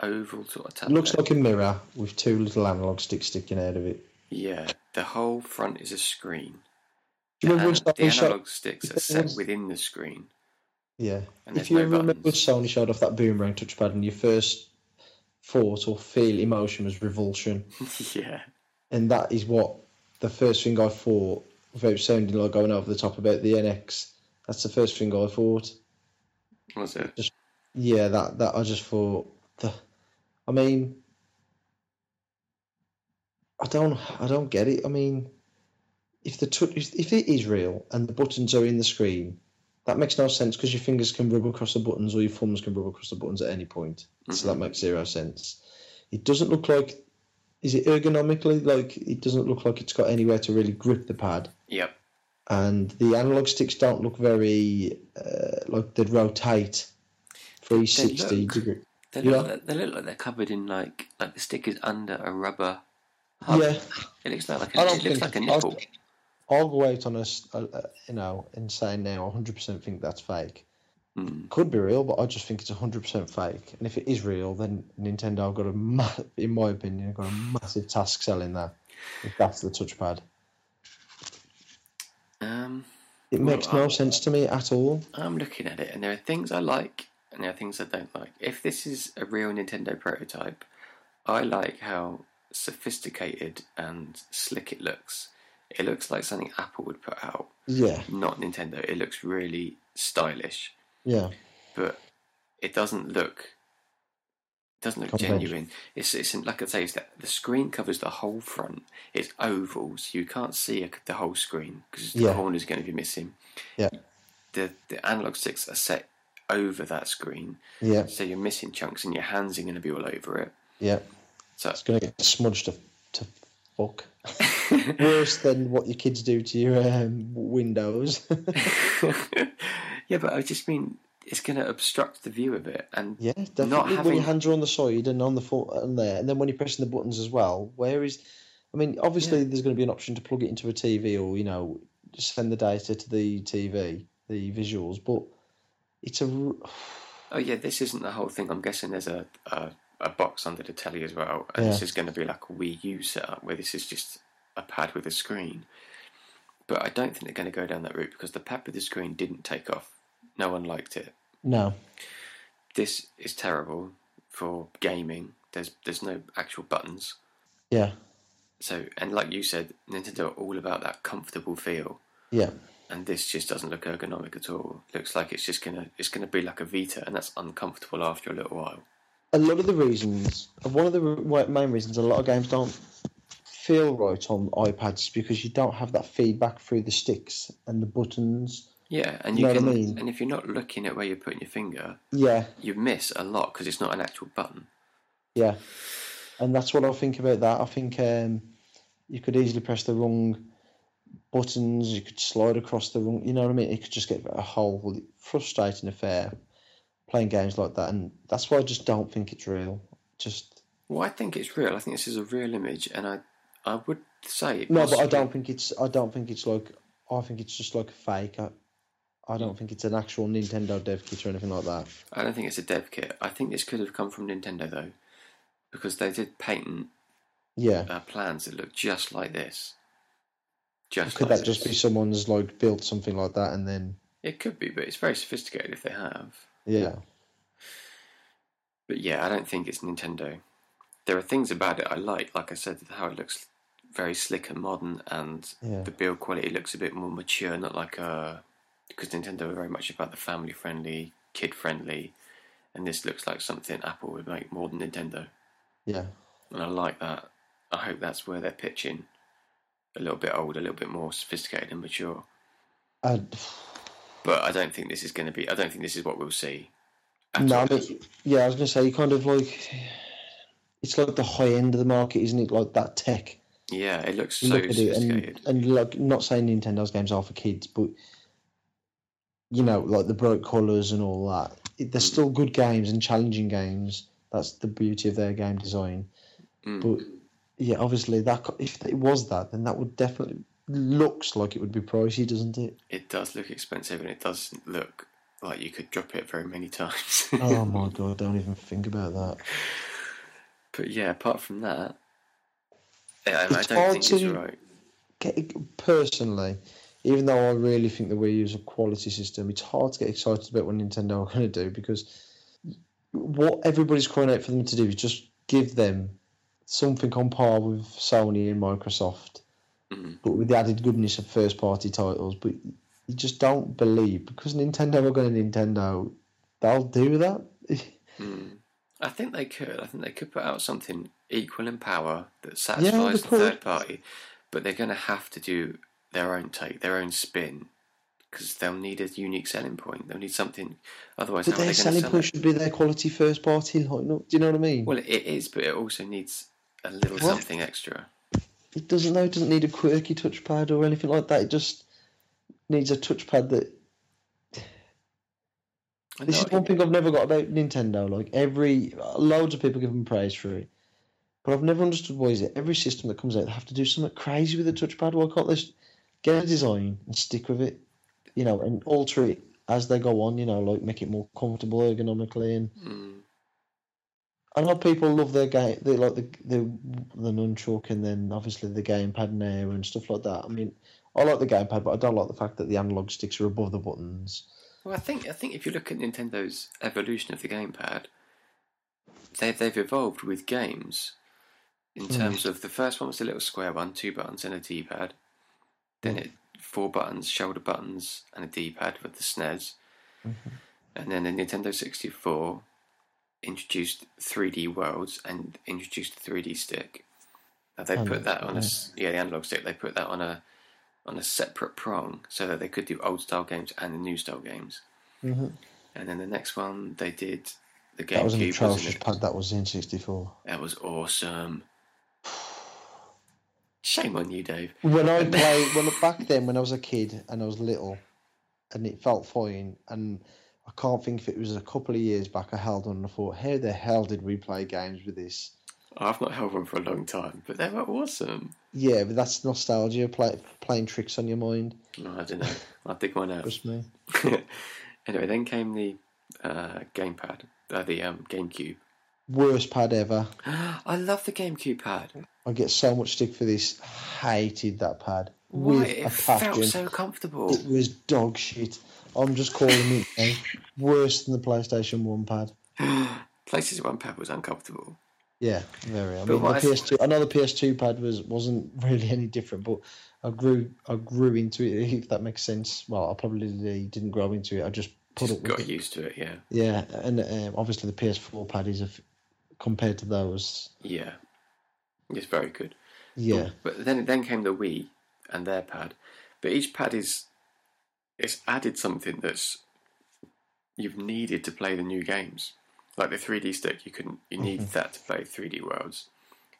[SPEAKER 2] oval sort of
[SPEAKER 1] It
[SPEAKER 2] tablet.
[SPEAKER 1] looks like a mirror with two little analog sticks sticking out of it.
[SPEAKER 2] yeah. The whole front is a screen.
[SPEAKER 1] Do you remember when
[SPEAKER 2] And Uh, the
[SPEAKER 1] Sony showed?
[SPEAKER 2] analog sticks
[SPEAKER 1] if
[SPEAKER 2] are set
[SPEAKER 1] anyone's-
[SPEAKER 2] within the screen,
[SPEAKER 1] Yeah. If
[SPEAKER 2] and there's
[SPEAKER 1] you
[SPEAKER 2] no
[SPEAKER 1] remember when
[SPEAKER 2] buttons.
[SPEAKER 1] Sony showed off that boomerang touchpad and your first thought or feel emotion was revulsion,
[SPEAKER 2] yeah.
[SPEAKER 1] and that is what the first thing I thought without sounding like going over the top about the NX. That's the first thing I thought.
[SPEAKER 2] Was it?
[SPEAKER 1] Yeah, that that I just thought. The, I mean, I don't, I don't get it. I mean, if the tou- if, if it is real and the buttons are in the screen, that makes no sense because your fingers can rub across the buttons or your thumbs can rub across the buttons at any point. So that makes zero sense. It doesn't look like. Is it ergonomically like? It doesn't look like it's got anywhere to really grip the pad
[SPEAKER 2] Yep.
[SPEAKER 1] and the analog sticks don't look very uh, like they'd rotate 360
[SPEAKER 2] look-
[SPEAKER 1] degree.
[SPEAKER 2] They
[SPEAKER 1] Yeah.
[SPEAKER 2] look, like, they look like they're covered in like like the stickers under a rubber. hub.
[SPEAKER 1] Yeah,
[SPEAKER 2] It looks like, like
[SPEAKER 1] I
[SPEAKER 2] a,
[SPEAKER 1] don't
[SPEAKER 2] it looks
[SPEAKER 1] think-
[SPEAKER 2] like a
[SPEAKER 1] I-
[SPEAKER 2] nipple.
[SPEAKER 1] I'll go out on a, s- a- a- you know and say now 100% think that's fake.
[SPEAKER 2] Mm.
[SPEAKER 1] Could be real, but I just think it's 100% fake. And if it is real, then Nintendo have got a ma- in my opinion, have got a massive task selling that. If that's the touchpad,
[SPEAKER 2] Um,
[SPEAKER 1] it
[SPEAKER 2] Well,
[SPEAKER 1] makes no
[SPEAKER 2] I-
[SPEAKER 1] sense to me at all.
[SPEAKER 2] I'm looking at it, and there are things I like, and there are things I don't like. If this is a real Nintendo prototype, I like how sophisticated and slick it looks. It looks like something Apple would put out,
[SPEAKER 1] Yeah,
[SPEAKER 2] not Nintendo. It looks really stylish,
[SPEAKER 1] yeah,
[SPEAKER 2] but it doesn't look doesn't look
[SPEAKER 1] Conventional.
[SPEAKER 2] genuine. It's it's like I say, it's that the screen covers the whole front. It's oval, so you can't see a, the whole screen because the
[SPEAKER 1] Yeah.
[SPEAKER 2] corner's going to be missing.
[SPEAKER 1] Yeah.
[SPEAKER 2] The the analog sticks are set over that screen,
[SPEAKER 1] yeah,
[SPEAKER 2] so you're missing chunks, and your hands are going to be all over it.
[SPEAKER 1] yeah.
[SPEAKER 2] So
[SPEAKER 1] It's gonna get smudged to, to fuck. Worse than what your kids do to your um, windows.
[SPEAKER 2] yeah, but I just mean it's going to obstruct the view of it, and
[SPEAKER 1] yeah, definitely. When
[SPEAKER 2] having-
[SPEAKER 1] your hands are on the side and on the foot and there, and then when you're pressing the buttons as well, where is? I mean, obviously there's going to be an option to plug it into a TV or you know just send the data to the TV, the visuals, but it's a r-
[SPEAKER 2] Oh yeah, this isn't the whole thing. I'm guessing there's a a, a box under the telly as well, and this
[SPEAKER 1] Yeah.
[SPEAKER 2] is going to be like a Wii U setup where this is just a pad with a screen. But I don't think they're going to go down that route because the pad with the screen didn't take off. No one liked it.
[SPEAKER 1] no.
[SPEAKER 2] This is terrible for gaming. There's there's no actual buttons.
[SPEAKER 1] Yeah,
[SPEAKER 2] So and like you said, Nintendo are all about that comfortable feel,
[SPEAKER 1] yeah,
[SPEAKER 2] and this just doesn't look ergonomic at all. Looks like it's just gonna it's gonna be like a Vita, and that's uncomfortable after a little while.
[SPEAKER 1] a lot of the reasons, one of the re- main reasons a lot of games don't feel right on iPads is because you don't have that feedback through the sticks and the buttons.
[SPEAKER 2] Yeah, and
[SPEAKER 1] You
[SPEAKER 2] you
[SPEAKER 1] know
[SPEAKER 2] can,
[SPEAKER 1] what I mean?
[SPEAKER 2] and if you're not looking at where you're putting your finger,
[SPEAKER 1] Yeah,
[SPEAKER 2] you miss a lot because it's not an actual button.
[SPEAKER 1] yeah. And that's what I think about that. I think um, you could easily press the wrong buttons, you could slide across the wrong, you know what I mean? It could just get a whole frustrating affair playing games like that. And that's why I just don't think it's real. Just,
[SPEAKER 2] Well, I think it's real. I think this is a real image, and I, I would say it
[SPEAKER 1] no, but I
[SPEAKER 2] possibly-
[SPEAKER 1] don't think it's, I don't think it's like, I think it's just like a fake. I, I don't think it's an actual Nintendo dev kit or anything like that.
[SPEAKER 2] I don't think it's a dev kit. I think this could have come from Nintendo though, because they did patent
[SPEAKER 1] Yeah.
[SPEAKER 2] uh, plans that look just like this. Just
[SPEAKER 1] Could
[SPEAKER 2] like
[SPEAKER 1] that just be
[SPEAKER 2] this.
[SPEAKER 1] someone's like built something like that and then,
[SPEAKER 2] It could be, but it's very sophisticated if they have.
[SPEAKER 1] yeah.
[SPEAKER 2] But yeah, I don't think it's Nintendo. There are things about it I like, like I said, how it looks very slick and modern, and
[SPEAKER 1] Yeah.
[SPEAKER 2] the build quality looks a bit more mature, not like a. Because Nintendo are very much about the family friendly, kid friendly, and this looks like something Apple would make more than Nintendo.
[SPEAKER 1] Yeah.
[SPEAKER 2] And I like that. I hope that's where they're pitching. A little bit older, a little bit more sophisticated and mature.
[SPEAKER 1] I,
[SPEAKER 2] But I don't think this is going to be. I don't think this is what we'll see. at
[SPEAKER 1] no,
[SPEAKER 2] all.
[SPEAKER 1] I mean, yeah, I was gonna say you kind of like it's like the high end of the market, isn't it? Like that tech.
[SPEAKER 2] yeah, it looks
[SPEAKER 1] You
[SPEAKER 2] so
[SPEAKER 1] look at it
[SPEAKER 2] sophisticated.
[SPEAKER 1] and, and like not saying Nintendo's games are for kids, but you know, like the bright colours and all that. It, they're
[SPEAKER 2] Mm.
[SPEAKER 1] still good games and challenging games. That's the beauty of their game design.
[SPEAKER 2] Mm.
[SPEAKER 1] But yeah, obviously that co- if it was that, then that would definitely looks like it would be pricey, doesn't it?
[SPEAKER 2] It does look expensive, and it does look like you could drop it very many times.
[SPEAKER 1] Oh my god, don't even think about that.
[SPEAKER 2] but yeah, apart from that, yeah, I, I
[SPEAKER 1] It's
[SPEAKER 2] don't
[SPEAKER 1] hard
[SPEAKER 2] think it's
[SPEAKER 1] to-
[SPEAKER 2] right.
[SPEAKER 1] Get, personally, even though I really think the Wii U is a quality system, it's hard to get excited about what Nintendo are going to do because what everybody's crying out for them to do is just give them something on par with Sony and Microsoft,
[SPEAKER 2] Mm.
[SPEAKER 1] but with the added goodness of first party titles. But you just don't believe because Nintendo are going to Nintendo, they'll do that.
[SPEAKER 2] Mm. I think they could. I think they could put out something equal in power that
[SPEAKER 1] they
[SPEAKER 2] satisfies the
[SPEAKER 1] could.
[SPEAKER 2] third party, but they're going to have to do their own take, their own spin, because they'll need a unique selling point. They'll need something. Otherwise,
[SPEAKER 1] but
[SPEAKER 2] how are
[SPEAKER 1] their
[SPEAKER 2] they going to
[SPEAKER 1] selling
[SPEAKER 2] sell
[SPEAKER 1] point
[SPEAKER 2] it?
[SPEAKER 1] should be their quality first party lineup. Do you know what I mean?
[SPEAKER 2] Well, it is, but it also needs a little
[SPEAKER 1] Well-
[SPEAKER 2] something extra.
[SPEAKER 1] It doesn't know. It doesn't need a quirky touchpad or anything like that. It just needs a touchpad that.
[SPEAKER 2] I
[SPEAKER 1] This
[SPEAKER 2] know
[SPEAKER 1] is one thing I've never got about Nintendo. Like every loads of people give them praise for it, but I've never understood why is it every system that comes out they have to do something crazy with the touchpad. Why can't they s- get a design and stick with it? You know, and alter it as they go on. You know, like make it more comfortable ergonomically and
[SPEAKER 2] Mm.
[SPEAKER 1] I know people love their game. They like the the the nunchuck and then obviously the gamepad now and stuff like that. I mean, I like the gamepad, but I don't like the fact that the analog sticks are above the buttons.
[SPEAKER 2] Well, I think I think if you look at Nintendo's evolution of the gamepad, they've they've evolved with games. In
[SPEAKER 1] Hmm.
[SPEAKER 2] terms of the first one was a little square one, two buttons and a D-pad. Then
[SPEAKER 1] Hmm.
[SPEAKER 2] it four buttons, shoulder buttons, and a D-pad with the SNES.
[SPEAKER 1] Mm-hmm.
[SPEAKER 2] And then the Nintendo sixty four introduced three D worlds and introduced the three D stick. Now they put
[SPEAKER 1] Analog,
[SPEAKER 2] that on a s- yeah the analog stick. They put that on a on a separate prong so that they could do old style games and the new style games.
[SPEAKER 1] Mm-hmm.
[SPEAKER 2] And then the next one they did the
[SPEAKER 1] That was an
[SPEAKER 2] GameCube. wasn't
[SPEAKER 1] atrocious
[SPEAKER 2] it?
[SPEAKER 1] pad. That was in '64.
[SPEAKER 2] That was awesome. Shame on you, Dave.
[SPEAKER 1] When I played, well, back then when I was a kid and I was little, and it felt fine. And I can't think if it was a couple of years back. I held on and I thought, how the hell did we play games with this?
[SPEAKER 2] I've not held one for a long time, but they were awesome.
[SPEAKER 1] Yeah, but that's nostalgia. Play, playing tricks on your mind.
[SPEAKER 2] No, I don't know. I'll dig one out.
[SPEAKER 1] Trust me.
[SPEAKER 2] anyway, then came the uh, gamepad, uh, the um, GameCube.
[SPEAKER 1] Worst pad ever.
[SPEAKER 2] I love the GameCube pad.
[SPEAKER 1] I get so much stick for this. Hated that pad
[SPEAKER 2] Why?
[SPEAKER 1] with a
[SPEAKER 2] It felt
[SPEAKER 1] passion.
[SPEAKER 2] so comfortable.
[SPEAKER 1] It was dog shit. I'm just calling it now. worse than the PlayStation One pad.
[SPEAKER 2] Places one pad was uncomfortable.
[SPEAKER 1] Yeah, very. I
[SPEAKER 2] But
[SPEAKER 1] mean, the
[SPEAKER 2] what I-
[SPEAKER 1] PS2. I know the PS2 pad was wasn't really any different, but I grew I grew into it. If that makes sense. Well, I probably didn't grow into it. I just put
[SPEAKER 2] Just
[SPEAKER 1] up with
[SPEAKER 2] got
[SPEAKER 1] it.
[SPEAKER 2] used to it, yeah.
[SPEAKER 1] Yeah, and um, obviously the PS4 pad is a f- compared to those.
[SPEAKER 2] Yeah. It's very good.
[SPEAKER 1] Yeah,
[SPEAKER 2] But then then came the Wii and their pad. But each pad is it's added something that's you've needed to play the new games. Like the 3D stick, you couldn't you need that to play 3D worlds.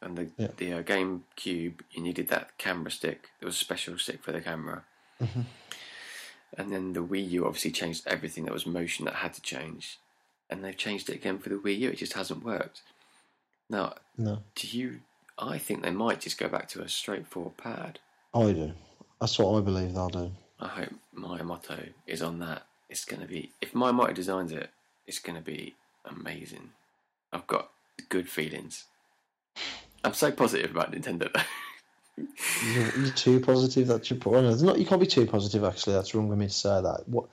[SPEAKER 2] And the
[SPEAKER 1] Mm-hmm. Yeah.
[SPEAKER 2] the uh, GameCube, you needed that camera stick. There was a special stick for the camera.
[SPEAKER 1] Mhm.
[SPEAKER 2] And then the Wii U obviously changed everything that was motion that had to change. And they've changed it again for the Wii U. It just hasn't worked. Now,
[SPEAKER 1] no,
[SPEAKER 2] do you? I think they might just go back to a straight forward pad.
[SPEAKER 1] I do. That's what I believe they'll do.
[SPEAKER 2] I hope my motto is on that. It's going to be if my motto designs it, it's going to be amazing. I've got good feelings. I'm so positive about Nintendo.
[SPEAKER 1] You're, you're too positive. That's your point. It's not. You can't be too positive. Actually, that's wrong of me to say that. What?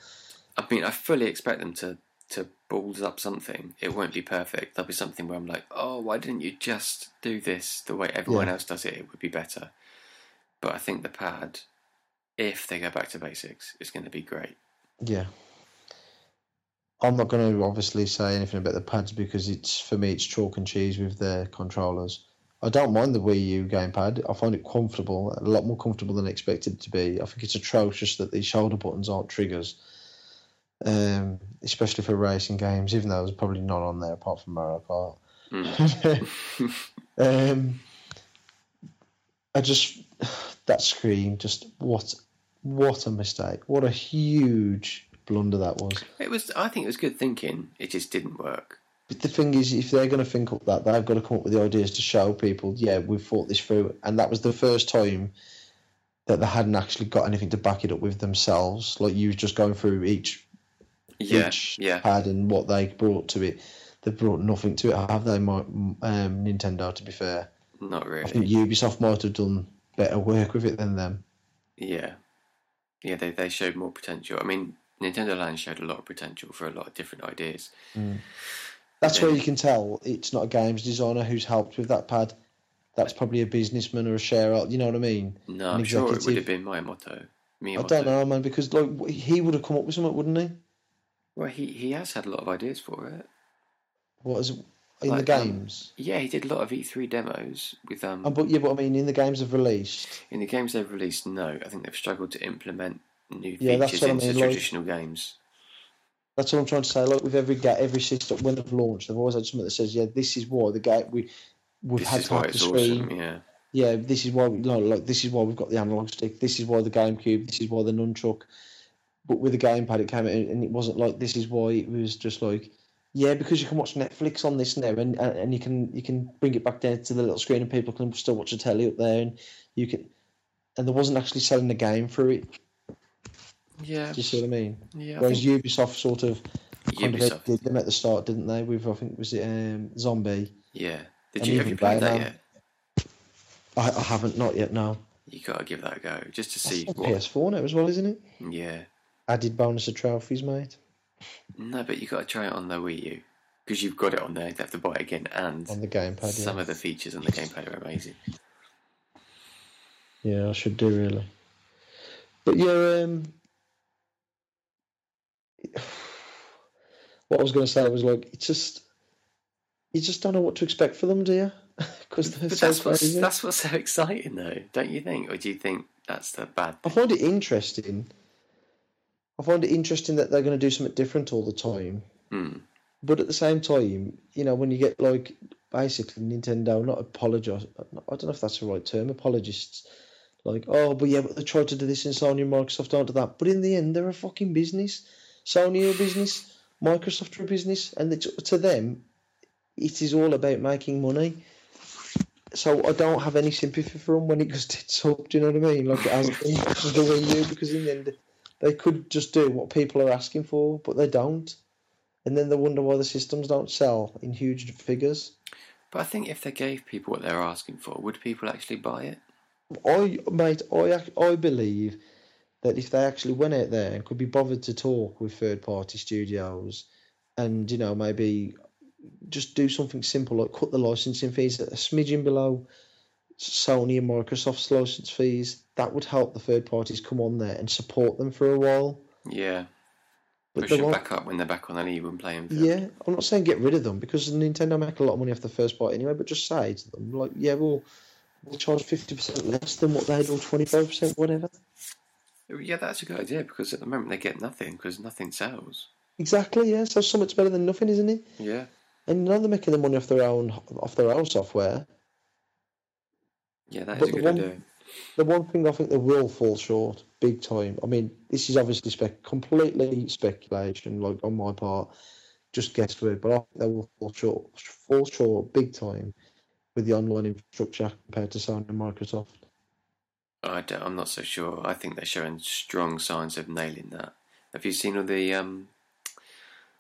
[SPEAKER 2] I mean, I fully expect them to to balls up something, it won't be perfect. There'll be something where I'm like, oh, why didn't you just do this the way everyone
[SPEAKER 1] Yeah.
[SPEAKER 2] else does it? It would be better. But I think the pad, if they go back to basics, is going to be great.
[SPEAKER 1] Yeah. I'm not going to obviously say anything about the pads because it's for me it's chalk and cheese with their controllers. I don't mind the Wii U gamepad. I find it comfortable, a lot more comfortable than I expected it to be. I think it's atrocious that these shoulder buttons aren't triggers, um, especially for racing games. Even though there's probably none on there apart from Mario Kart.
[SPEAKER 2] Mm.
[SPEAKER 1] um, I just that screen. Just what what a mistake! What a huge blunder that was.
[SPEAKER 2] It was. I think it was good thinking. It just didn't work.
[SPEAKER 1] But the thing is, if they're going to think up that, they've got to come up with the ideas to show people, yeah, we've thought this through. And that was the first time that they hadn't actually got anything to back it up with themselves. Like you was just going through each
[SPEAKER 2] Yeah,
[SPEAKER 1] each
[SPEAKER 2] yeah.
[SPEAKER 1] pad and what they brought to it. They brought nothing to it, have they? My, um, Nintendo, to be fair.
[SPEAKER 2] Not
[SPEAKER 1] I
[SPEAKER 2] really.
[SPEAKER 1] think Ubisoft might have done better work with it than them.
[SPEAKER 2] Yeah, yeah. They they showed more potential. I mean, Nintendo Land showed a lot of potential for a lot of different ideas.
[SPEAKER 1] That's where
[SPEAKER 2] Yeah.
[SPEAKER 1] you can tell it's not a games designer who's helped with that pad. That's probably a businessman or a shareholder. You know what I mean?
[SPEAKER 2] No,
[SPEAKER 1] An
[SPEAKER 2] I'm sure it would
[SPEAKER 1] executive.
[SPEAKER 2] have been my motto. Me
[SPEAKER 1] I
[SPEAKER 2] motto.
[SPEAKER 1] don't know, man, because like w- he would have come up with something, wouldn't he?
[SPEAKER 2] Well, he he has had a lot of ideas for it.
[SPEAKER 1] What is it- in the
[SPEAKER 2] Like, um,
[SPEAKER 1] games?
[SPEAKER 2] Yeah, he did a lot of E3 demos with um.
[SPEAKER 1] And but yeah, but I mean, in the games have released.
[SPEAKER 2] in the games they've released, no, I think they've struggled to implement new
[SPEAKER 1] Yeah, that's
[SPEAKER 2] features
[SPEAKER 1] what I
[SPEAKER 2] into
[SPEAKER 1] mean, like-
[SPEAKER 2] traditional games.
[SPEAKER 1] That's all I'm trying to say. Like with every ga- every system when they've launched, they've always had something that says, "Yeah, this is why the game we we've
[SPEAKER 2] This
[SPEAKER 1] had
[SPEAKER 2] is
[SPEAKER 1] to
[SPEAKER 2] why
[SPEAKER 1] have the
[SPEAKER 2] it's
[SPEAKER 1] screen."
[SPEAKER 2] awesome. Yeah,
[SPEAKER 1] yeah, this is why we no, like this is why we've got the analog stick. This is why the GameCube. This is why the nunchuck. But with the gamepad, it came out, and it wasn't like this is why it was just like, yeah, because you can watch Netflix on this now, and, and, and you can you can bring it back down to the little screen, and people can still watch the telly up there, and you can, and there wasn't actually selling the game through it.
[SPEAKER 2] yeah,
[SPEAKER 1] Do you see what I mean?
[SPEAKER 2] yeah. I
[SPEAKER 1] Whereas
[SPEAKER 2] think
[SPEAKER 1] Ubisoft sort of kind of
[SPEAKER 2] Ubisoft.
[SPEAKER 1] did them at the start, didn't they? With I think was it um, Zombie.
[SPEAKER 2] Yeah. Did
[SPEAKER 1] And
[SPEAKER 2] you have
[SPEAKER 1] even
[SPEAKER 2] you played that
[SPEAKER 1] Bayonetta.
[SPEAKER 2] yet?
[SPEAKER 1] I, I haven't not yet. No,
[SPEAKER 2] You gotta give that a go just to
[SPEAKER 1] That's
[SPEAKER 2] see
[SPEAKER 1] on
[SPEAKER 2] what.
[SPEAKER 1] PS4 now as well, isn't it?
[SPEAKER 2] Yeah.
[SPEAKER 1] Added bonus of trophies, mate.
[SPEAKER 2] No, but you gotta try it on the Wii U because you've got it on there. You have to buy it again, and
[SPEAKER 1] on the gamepad. Yeah.
[SPEAKER 2] some of the features on the gamepad are amazing.
[SPEAKER 1] yeah, I should do really. But yeah, um, what I was going to say was like, it's just you just don't know what to expect for them, do you? Because they're
[SPEAKER 2] But
[SPEAKER 1] so
[SPEAKER 2] that's what's
[SPEAKER 1] crazy.
[SPEAKER 2] that's what's so exciting, though, don't you think? Or do you think that's the bad?
[SPEAKER 1] I find it interesting. I find it interesting that they're going to do something different all the time.
[SPEAKER 2] Hmm.
[SPEAKER 1] But at the same time, you know, when you get like basically Nintendo not apologize, I don't know if that's the right term, apologists, like, oh, but yeah, but they tried to do this in Sony and Microsoft aren't do that. But in the end, they're a fucking business. Sony are a business, Microsoft are a business, and it's, to them, it is all about making money. So I don't have any sympathy for them when it goes tits up. Do you know what I mean? Like it has been with the Wii U, because in the end, they could just do what people are asking for, but they don't and then they wonder why the systems don't sell in huge figures.
[SPEAKER 2] But I think if they gave people what they're asking for, would people actually buy it?
[SPEAKER 1] I, mate, I, ac- I believe that if they actually went out there and could be bothered to talk with third party studios and, you know, maybe just do something simple like cut the licensing fees a smidgen below Sony and Microsoft's license fees, that would help the third parties come on there and support them for a while.
[SPEAKER 2] Yeah.
[SPEAKER 1] But
[SPEAKER 2] Push
[SPEAKER 1] they
[SPEAKER 2] them
[SPEAKER 1] won't-
[SPEAKER 2] back up when they're back on the league and playing field.
[SPEAKER 1] Yeah, I'm not saying get rid of them because Nintendo make a lot of money off the first part anyway. But just say to them, like, yeah, we'll we'll charge fifty percent less than what they do, twenty five percent, whatever.
[SPEAKER 2] Yeah, that's a good idea because at the moment they get nothing because nothing sells.
[SPEAKER 1] Exactly. Yeah. So so much better than nothing, isn't it?
[SPEAKER 2] Yeah.
[SPEAKER 1] And now they're making the money off their own off their own software.
[SPEAKER 2] Yeah, that is
[SPEAKER 1] But
[SPEAKER 2] a
[SPEAKER 1] the
[SPEAKER 2] good
[SPEAKER 1] one-
[SPEAKER 2] idea.
[SPEAKER 1] The one thing I think they will fall short big time. I mean, this is obviously spec completely speculation, like on my part, just guesswork. But I think they will fall short, fall short big time with the online infrastructure compared to Sony and Microsoft.
[SPEAKER 2] I don't, I'm not so sure. I think they're showing strong signs of nailing that. Have you seen all the um,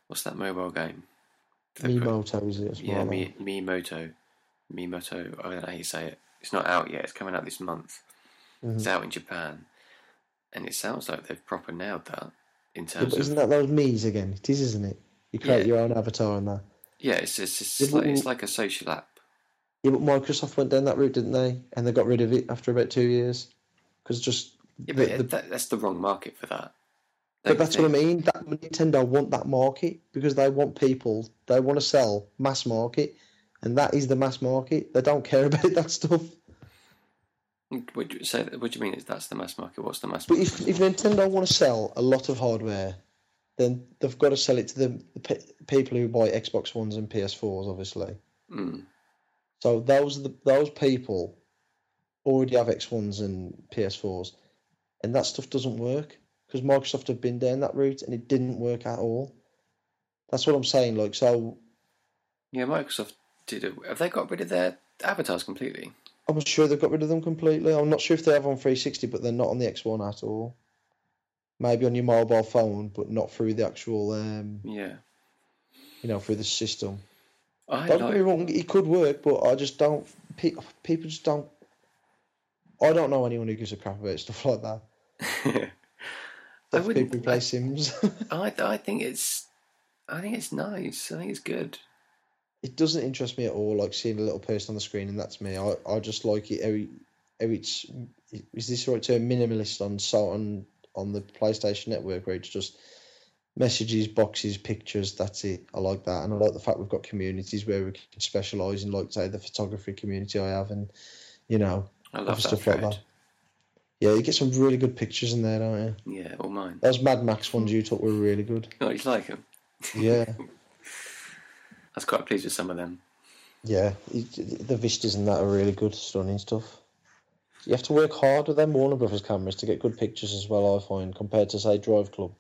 [SPEAKER 2] what's that mobile game? They put-
[SPEAKER 1] Miimoto is it? as
[SPEAKER 2] Yeah,
[SPEAKER 1] well,
[SPEAKER 2] Mi, Miimoto. Miimoto. I don't know how you say it. It's not out yet. It's coming out this month.
[SPEAKER 1] Mhm.
[SPEAKER 2] It's out in Japan, and it sounds like they've proper nailed that in
[SPEAKER 1] Yeah,
[SPEAKER 2] terms
[SPEAKER 1] but
[SPEAKER 2] of
[SPEAKER 1] isn't that those me's again? It is, isn't it? You create
[SPEAKER 2] Yeah.
[SPEAKER 1] your own avatar and that.
[SPEAKER 2] Yeah, it's it's it's,
[SPEAKER 1] Yeah, but
[SPEAKER 2] like, it's
[SPEAKER 1] we-
[SPEAKER 2] like a social app.
[SPEAKER 1] Yeah, but Microsoft went down that route, didn't they? And they got rid of it after about two years because just. the-
[SPEAKER 2] Yeah, but
[SPEAKER 1] the-
[SPEAKER 2] that, that's the wrong market for that.
[SPEAKER 1] But that's what I mean. That Nintendo want that market because they want people. They want to sell mass market, and that is the mass market. They don't care about that stuff.
[SPEAKER 2] mean. What do you, say, what do you mean? Is that's the mass market? What's the mass
[SPEAKER 1] But
[SPEAKER 2] market?
[SPEAKER 1] if if Nintendo want to sell a lot of hardware, then they've got to sell it to the, the pe- people who buy Xbox Ones and PS4s, obviously.
[SPEAKER 2] Mm.
[SPEAKER 1] So those are the, those people already have X ones and PS4s, and that stuff doesn't work because Microsoft have been down that route and it didn't work at all. That's what I'm saying. Like, so
[SPEAKER 2] Yeah, Microsoft did. A, have they got rid of their avatars completely?
[SPEAKER 1] I'm sure they've got rid of them completely. I'm not sure if they have on 360, but they're not on the X one at all. Maybe on your mobile phone, but not through the actual, um,
[SPEAKER 2] Yeah,
[SPEAKER 1] you know, through the system.
[SPEAKER 2] I
[SPEAKER 1] Don't get me
[SPEAKER 2] like.
[SPEAKER 1] wrong, it could work, but I just don't. Pe- people just don't. I don't know anyone who gives a crap about stuff like that.
[SPEAKER 2] I
[SPEAKER 1] That's
[SPEAKER 2] wouldn't-
[SPEAKER 1] people who play Sims.
[SPEAKER 2] I I think it's I think it's nice. I think it's good.
[SPEAKER 1] it doesn't interest me at all. Like seeing a little person on the screen, and that's me. I, I just like it. How, it- how it's is this the right term? Minimalist on so on on the PlayStation Network, where it's just messages, boxes, pictures. That's it. I like that, and I like the fact we've got communities where we can specialize in, like say, the photography community I have, and you know,
[SPEAKER 2] I love
[SPEAKER 1] Other
[SPEAKER 2] that
[SPEAKER 1] stuff like
[SPEAKER 2] thread.
[SPEAKER 1] that. yeah, you get some really good pictures in there, don't you?
[SPEAKER 2] Yeah, or mine.
[SPEAKER 1] Those Mad Max ones you took were really good.
[SPEAKER 2] Oh, you like them?
[SPEAKER 1] Yeah.
[SPEAKER 2] I was quite pleased with some of them.
[SPEAKER 1] Yeah, it- the vistas and that are really good, stunning stuff. You have to work hard with them Warner Brothers cameras to get good pictures as well. I find compared to say Drive Club.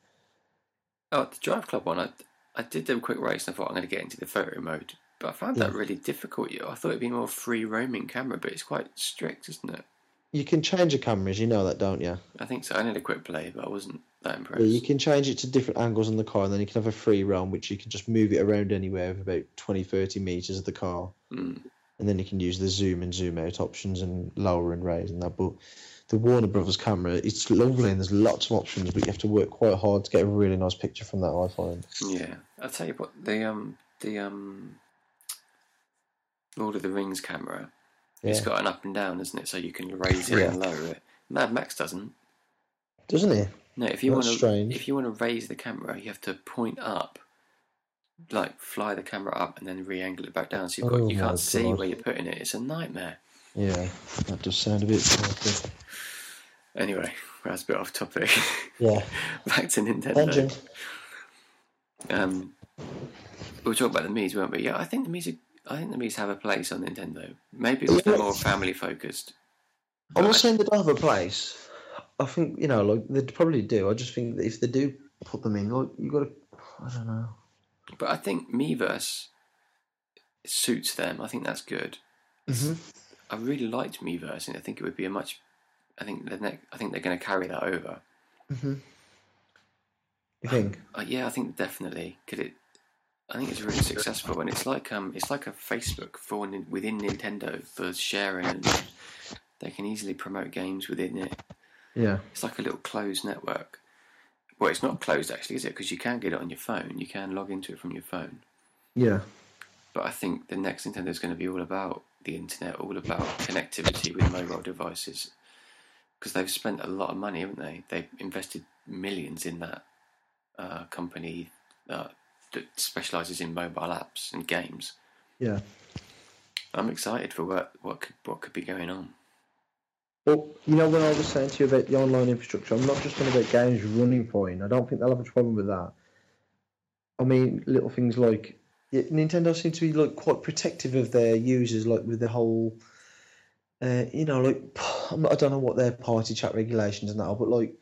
[SPEAKER 2] Oh, the Drive Club one. I I did do a quick race and I thought I'm going to get into the photo mode, but I found that really difficult. You, know, I thought it'd be more free roaming camera, but it's quite strict, isn't it?
[SPEAKER 1] You can change your cameras, you know that, don't you?
[SPEAKER 2] I think so. I only had a quick play, but I wasn't that impressed.
[SPEAKER 1] Yeah, you can change it to different angles on the car, and then you can have a free roam, which you can just move it around anywhere of about 20, 30 meters of the car,
[SPEAKER 2] Mm.
[SPEAKER 1] and then you can use the zoom and zoom out options and lower and raise and that. But the Warner Brothers camera, it's lovely and there's lots of options, but you have to work quite hard to get a really nice picture from that. I find.
[SPEAKER 2] Yeah, I'll tell you what the um the um Lord of the Rings camera. It's
[SPEAKER 1] Yeah.
[SPEAKER 2] got an up and down, isn't it? So you can raise it
[SPEAKER 1] Yeah.
[SPEAKER 2] and lower it. Mad Max doesn't.
[SPEAKER 1] Doesn't it?
[SPEAKER 2] No, if you want
[SPEAKER 1] That's
[SPEAKER 2] to
[SPEAKER 1] strange.
[SPEAKER 2] if you want to raise the camera, you have to point up, like fly the camera up and then re-angle it back down. So you've got,
[SPEAKER 1] Oh
[SPEAKER 2] you
[SPEAKER 1] my
[SPEAKER 2] can't see
[SPEAKER 1] God.
[SPEAKER 2] where you're putting it. It's a nightmare.
[SPEAKER 1] Yeah, that does sound a bit. Funky.
[SPEAKER 2] Anyway, that's a bit off topic.
[SPEAKER 1] Yeah,
[SPEAKER 2] back to Nintendo.
[SPEAKER 1] tangent.
[SPEAKER 2] Um, we were talking about the Mii's, weren't we? Yeah, I think the Mii's. Are, I think the Mii's have a place on Nintendo. Maybe because they're more family focused.
[SPEAKER 1] I'm not saying they don't have a place. I think you know, like they probably do. I just think that if they do put them in, like you got to. I don't know.
[SPEAKER 2] But I think Miiverse suits them. I think that's good.
[SPEAKER 1] Mm-hmm.
[SPEAKER 2] I really liked Miiverse, and I think it would be a much. I think the next. I think they're going to carry that over.
[SPEAKER 1] Mm-hmm. You think?
[SPEAKER 2] Uh, yeah, I think definitely. Could it? I think it's really successful, and it's like um, it's like a Facebook for nin- within Nintendo for sharing. And they can easily promote games within it.
[SPEAKER 1] Yeah.
[SPEAKER 2] It's like a little closed network. Well, it's not closed actually, is it? Because you can get it on your phone. You can log into it from your phone.
[SPEAKER 1] Yeah.
[SPEAKER 2] But I think the next Nintendo is going to be all about the internet, all about connectivity with mobile devices, because they've spent a lot of money, haven't they? They've invested millions in that uh, company uh, that specialises in mobile apps and games.
[SPEAKER 1] Yeah.
[SPEAKER 2] I'm excited for what what could, what could be going on.
[SPEAKER 1] Well, you know when I was saying to you about the online infrastructure, I'm not just talking about games running fine. I don't think they'll have a problem with that. I mean, little things like yeah, Nintendo seem to be like quite protective of their users, like with the whole, uh, you know, like I'm not, I don't know what their party chat regulations and that, are, but like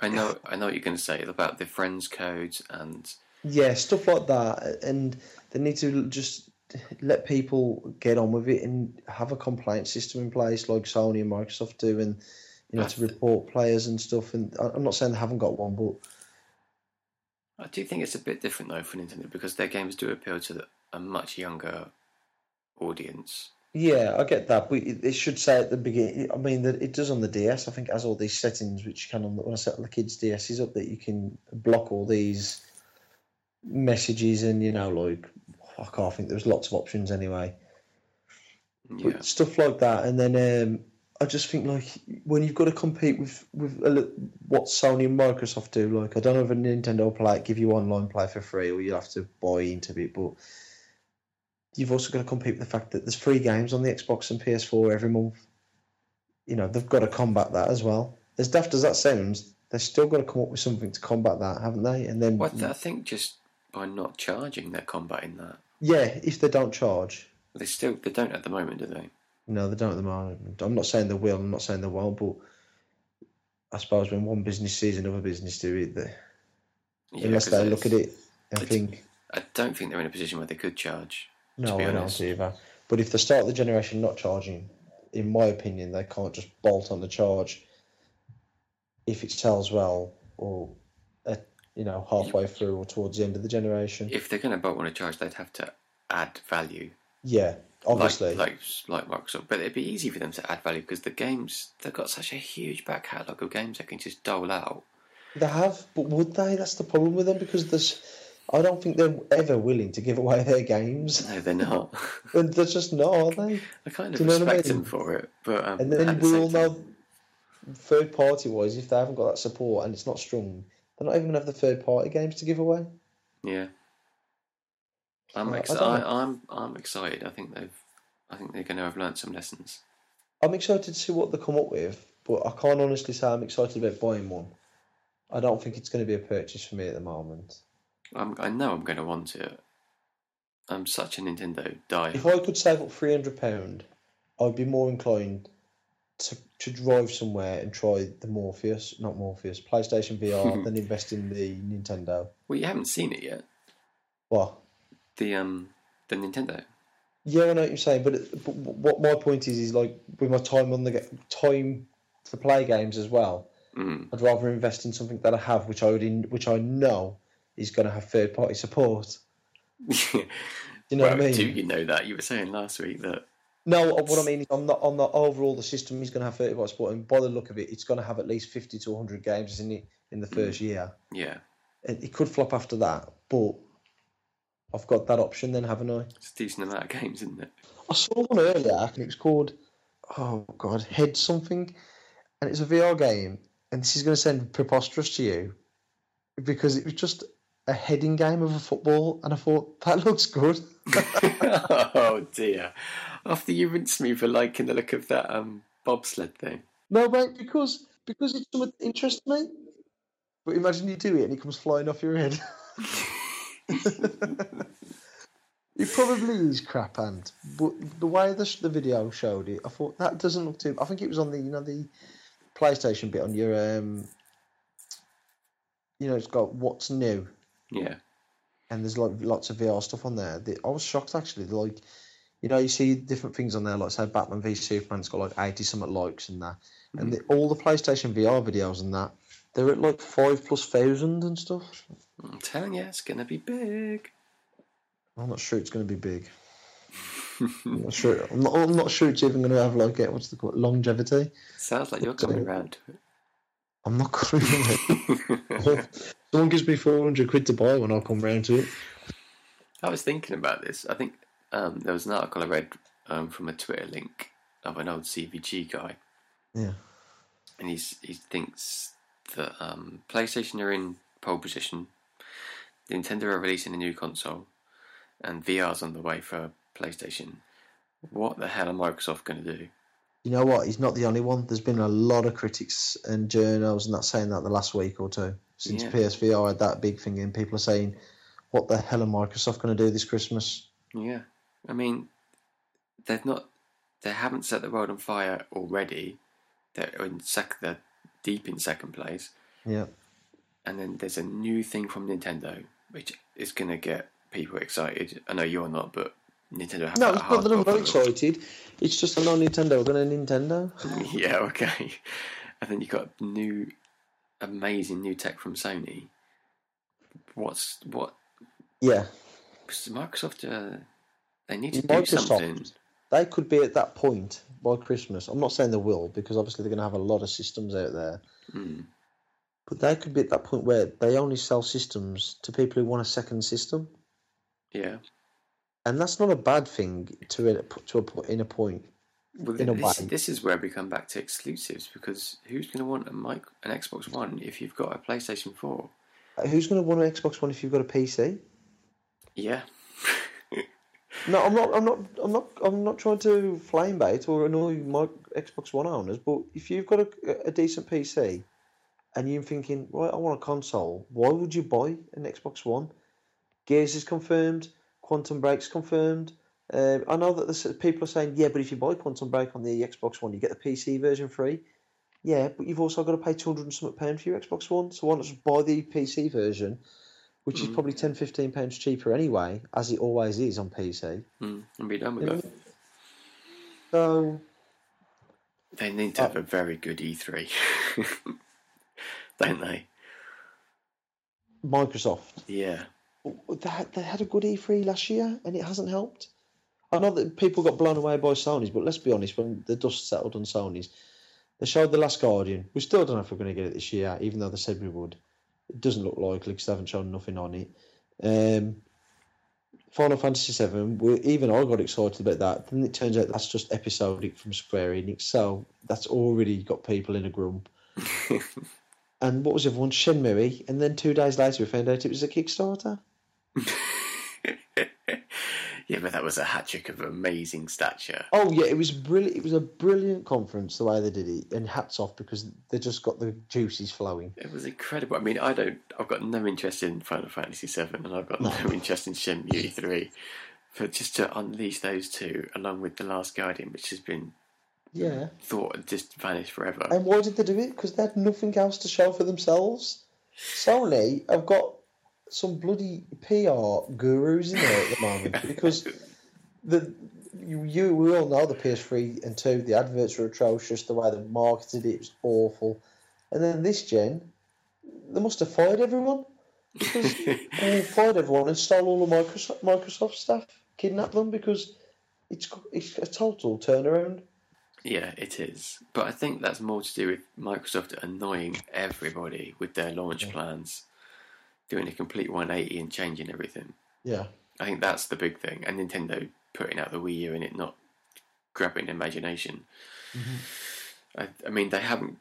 [SPEAKER 2] I know I know what you're going to say about the friends codes and
[SPEAKER 1] yeah, stuff like that, and they need to just let people get on with it and have a complaint system in place like Sony and Microsoft do, and you know
[SPEAKER 2] I
[SPEAKER 1] to
[SPEAKER 2] th-
[SPEAKER 1] report players and stuff. And I- I'm not saying they haven't got one, but
[SPEAKER 2] I do think it's a bit different though for Nintendo because their games do appeal to the, a much younger audience.
[SPEAKER 1] yeah, I get that. But it it should say at the beginning. I mean, that it does on the DS. I think it has all these settings which you can on the, when I set the kids' DSs up that you can block all these messages and you know like I can't think there was lots of options anyway.
[SPEAKER 2] Yeah.
[SPEAKER 1] But stuff like that, and then um, I just think like when you've got to compete with with a, li- what Sony and Microsoft do, like I don't know if a Nintendo play give you online play for free or you have to buy into it, but you've also got to compete with the fact that there's free games on the Xbox and PS4 every month. You know they've got to combat that as well. As daft as that sounds, they're still got to come up with something to combat that, haven't they? And then
[SPEAKER 2] Well, I th- I think just by not charging, they're combating that.
[SPEAKER 1] yeah, if they don't charge,
[SPEAKER 2] They still they don't at the moment, do they?
[SPEAKER 1] No, they don't at the moment. I'm not saying they will. I'm not saying they won't. But I suppose when one business sees another business do it, they,
[SPEAKER 2] Yeah,
[SPEAKER 1] unless
[SPEAKER 2] 'cause
[SPEAKER 1] they
[SPEAKER 2] it's-
[SPEAKER 1] look at it and
[SPEAKER 2] it's-
[SPEAKER 1] think,
[SPEAKER 2] I don't think they're in a position where they could charge.
[SPEAKER 1] no,
[SPEAKER 2] be
[SPEAKER 1] I
[SPEAKER 2] honest.
[SPEAKER 1] don't either. But if they start the generation not charging, in my opinion, they can't just bolt on the charge if it sells well or uh, you know halfway through or towards the end of the generation.
[SPEAKER 2] If they're going to bolt on a charge, they'd have to add value.
[SPEAKER 1] Yeah, obviously.
[SPEAKER 2] Like, like, like Microsoft. But it'd be easy for them to add value because the games, they've got such a huge back catalogue of games they can just dole out.
[SPEAKER 1] They have, but would they? That's the problem with them because there's. I don't think they're ever willing to give away their games.
[SPEAKER 2] No, they're not.
[SPEAKER 1] And they're just not, are they?
[SPEAKER 2] I kind of
[SPEAKER 1] Do you know what I
[SPEAKER 2] respect
[SPEAKER 1] mean?
[SPEAKER 2] them for it. but um,
[SPEAKER 1] And
[SPEAKER 2] at
[SPEAKER 1] then
[SPEAKER 2] the
[SPEAKER 1] we
[SPEAKER 2] same
[SPEAKER 1] all
[SPEAKER 2] time-
[SPEAKER 1] know, third party wise, if they haven't got that support and it's not strong, they're not even going to have the third party games to give away.
[SPEAKER 2] Yeah. I'm,
[SPEAKER 1] Uh, I
[SPEAKER 2] ex-
[SPEAKER 1] don't
[SPEAKER 2] I,
[SPEAKER 1] know.
[SPEAKER 2] I'm, I'm excited. I think they've. I think they're going to have learnt some lessons.
[SPEAKER 1] I'm excited to see what they come up with, but I can't honestly say I'm excited about buying one. I don't think it's going to be a purchase for me at the moment.
[SPEAKER 2] I'm, I know I'm going to want it. I'm such a Nintendo die.
[SPEAKER 1] If I could save up three hundred pound, I'd be more inclined to to drive somewhere and try the Morpheus, not Morpheus, PlayStation VR, than invest in the Nintendo.
[SPEAKER 2] Well, you haven't seen it yet.
[SPEAKER 1] Well,
[SPEAKER 2] The um, the Nintendo.
[SPEAKER 1] yeah, I know what you're saying, but, it, but what my point is is like with my time on the ga- time to play games as well.
[SPEAKER 2] Mm.
[SPEAKER 1] I'd rather invest in something that I have, which I would in, which I know is going to have third party support. You know
[SPEAKER 2] well,
[SPEAKER 1] what I mean?
[SPEAKER 2] do you know that you were saying last week that
[SPEAKER 1] No, uh, what I mean is on the on the overall the system is going to have thirty bytes support, and by the look of it, it's going to have at least fifty to hundred games in it in the first year.
[SPEAKER 2] yeah,
[SPEAKER 1] It, it could flop after that, but I've got that option then, haven't I?
[SPEAKER 2] it's a decent amount of games, isn't it?
[SPEAKER 1] I saw one earlier, and it was called oh god, head something, and it's a VR game, and this is going to sound preposterous to you because it was just a heading game of a football, and I thought that looks good.
[SPEAKER 2] oh dear! After you rinsed me for liking the look of that um bobsled thing.
[SPEAKER 1] No, mate, because because it's something that interests me. But imagine you do it and it comes flying off your head. it probably is crap, and but the way the, the video showed it, I thought that doesn't look too. I think it was on the you know the PlayStation bit on your um. You know, it's got what's new,
[SPEAKER 2] Yeah,
[SPEAKER 1] and there's like lots of VR stuff on there. The, I was shocked actually. Like, you know, you see different things on there, like say Batman v Superman's got like eighty something likes and that, and the, all the PlayStation VR videos and that, they're at like five plus thousand and stuff.
[SPEAKER 2] I'm telling you, it's gonna be big.
[SPEAKER 1] I'm not sure it's going to be big. I'm not sure. I'm not, I'm not sure it's even going to have like uh, what's the called longevity.
[SPEAKER 2] Sounds like you're coming around to
[SPEAKER 1] I'm not going to.
[SPEAKER 2] it.
[SPEAKER 1] Someone gives me four hundred quid to buy when I come round to it.
[SPEAKER 2] I was thinking about this. I think um, there was an article I read um, from a Twitter link of an old CVG guy,
[SPEAKER 1] Yeah.
[SPEAKER 2] and he's, he thinks that um, PlayStation are in pole position, Nintendo are releasing a new console, and VR's on the way for PlayStation. What the hell are Microsoft going to do?
[SPEAKER 1] You know what? He's not the only one. There's been a lot of critics and journals and that saying that the last week or two since
[SPEAKER 2] Yeah.
[SPEAKER 1] PSVR had that big thing in. People are saying, "What the hell are Microsoft going to do this Christmas?"
[SPEAKER 2] Yeah, I mean, they've not, they haven't set the world on fire already. They're in sec, they're deep in second place.
[SPEAKER 1] Yeah,
[SPEAKER 2] and then there's a new thing from Nintendo, which is going to get people excited. I know you're not, but Nintendo have
[SPEAKER 1] no,
[SPEAKER 2] that
[SPEAKER 1] it's not that I'm not
[SPEAKER 2] hardcore following.
[SPEAKER 1] excited. It's just I know Nintendo are going to Nintendo.
[SPEAKER 2] yeah, okay. And then you got new, amazing new tech from Sony. What's what?
[SPEAKER 1] Yeah,
[SPEAKER 2] Microsoft? Uh, they need to do
[SPEAKER 1] Microsoft.
[SPEAKER 2] something.
[SPEAKER 1] they could be at that point by Christmas. I'm not saying they will because obviously they're going to have a lot of systems out there.
[SPEAKER 2] Hmm.
[SPEAKER 1] But they could be at that point where they only sell systems to people who want a second system,
[SPEAKER 2] Yeah.
[SPEAKER 1] and that's not a bad thing to a, to a po- in a point.
[SPEAKER 2] Well,
[SPEAKER 1] In a
[SPEAKER 2] this,
[SPEAKER 1] way.
[SPEAKER 2] this is where we come back to exclusives because who's going to want a mic, an Xbox One if you've got a PlayStation Four?
[SPEAKER 1] Uh, Who's going to want an Xbox One if you've got a PC?
[SPEAKER 2] Yeah.
[SPEAKER 1] No, I'm not. I'm not. I'm not. I'm not trying to flame bait or annoy my Xbox One owners. But if you've got a, a decent PC, and you're thinking, right, I want a console. Why would you buy an Xbox One? Gears is confirmed. Quantum Break's confirmed. Uh, I know that the people are saying, yeah, but if you buy Quantum Break on the Xbox One, you get the PC version free. Yeah, but you've also got to pay two hundred and something pound for your Xbox One. So why not just buy the PC version, which is
[SPEAKER 2] Mhm.
[SPEAKER 1] probably 10 15 pounds cheaper anyway, as it always is on PC.
[SPEAKER 2] Mm, and be done with
[SPEAKER 1] Yeah.
[SPEAKER 2] it.
[SPEAKER 1] So
[SPEAKER 2] They need to have a very good E3, don't they?
[SPEAKER 1] Microsoft,
[SPEAKER 2] Yeah.
[SPEAKER 1] they had, they had a good E3 last year, and it hasn't helped. I know that people got blown away by Sony's, but let's be honest, when the dust settled on Sony's, they showed The Last Guardian. We still don't know if we're going to get it this year, even though they said we would. It doesn't look likely because they haven't shown nothing on it. Um, Final Fantasy VII, we, even I got excited about that. Then it turns out that's just episodic from Square Enix, so that's already got people in a grump. and what was the other one? Shenmue. And then two days later, we found out it was a Kickstarter.
[SPEAKER 2] yeah, but that was a hat trick of amazing stature.
[SPEAKER 1] Oh yeah, it was brilliant. It was a brilliant conference the way they did it, and hats off because they just got the juices flowing.
[SPEAKER 2] It was incredible. I mean, I don't. I've got no interest in Final Fantasy VII, and I've got no, interest in Shenmue E three. But just to unleash those two, along with the Last Guardian, which has been
[SPEAKER 1] Yeah.
[SPEAKER 2] thought had just vanished forever.
[SPEAKER 1] And why did they do it? Because they had nothing else to show for themselves. Sony have got some bloody PR gurus in there at the moment because the you, you we all know the PS3 and two the adverts were atrocious. The way they marketed it was awful, and then this gen, they must have fired everyone. Because they fired everyone and stole all the Microsoft, Microsoft staff, kidnapped them because it's it's a total turnaround.
[SPEAKER 2] yeah, it is. But I think that's more to do with Microsoft annoying everybody with their launch plans, doing a complete 180 and changing everything.
[SPEAKER 1] Yeah.
[SPEAKER 2] I think that's the big thing. And Nintendo putting out the Wii U and it not grabbing imagination. I, I mean, they haven't.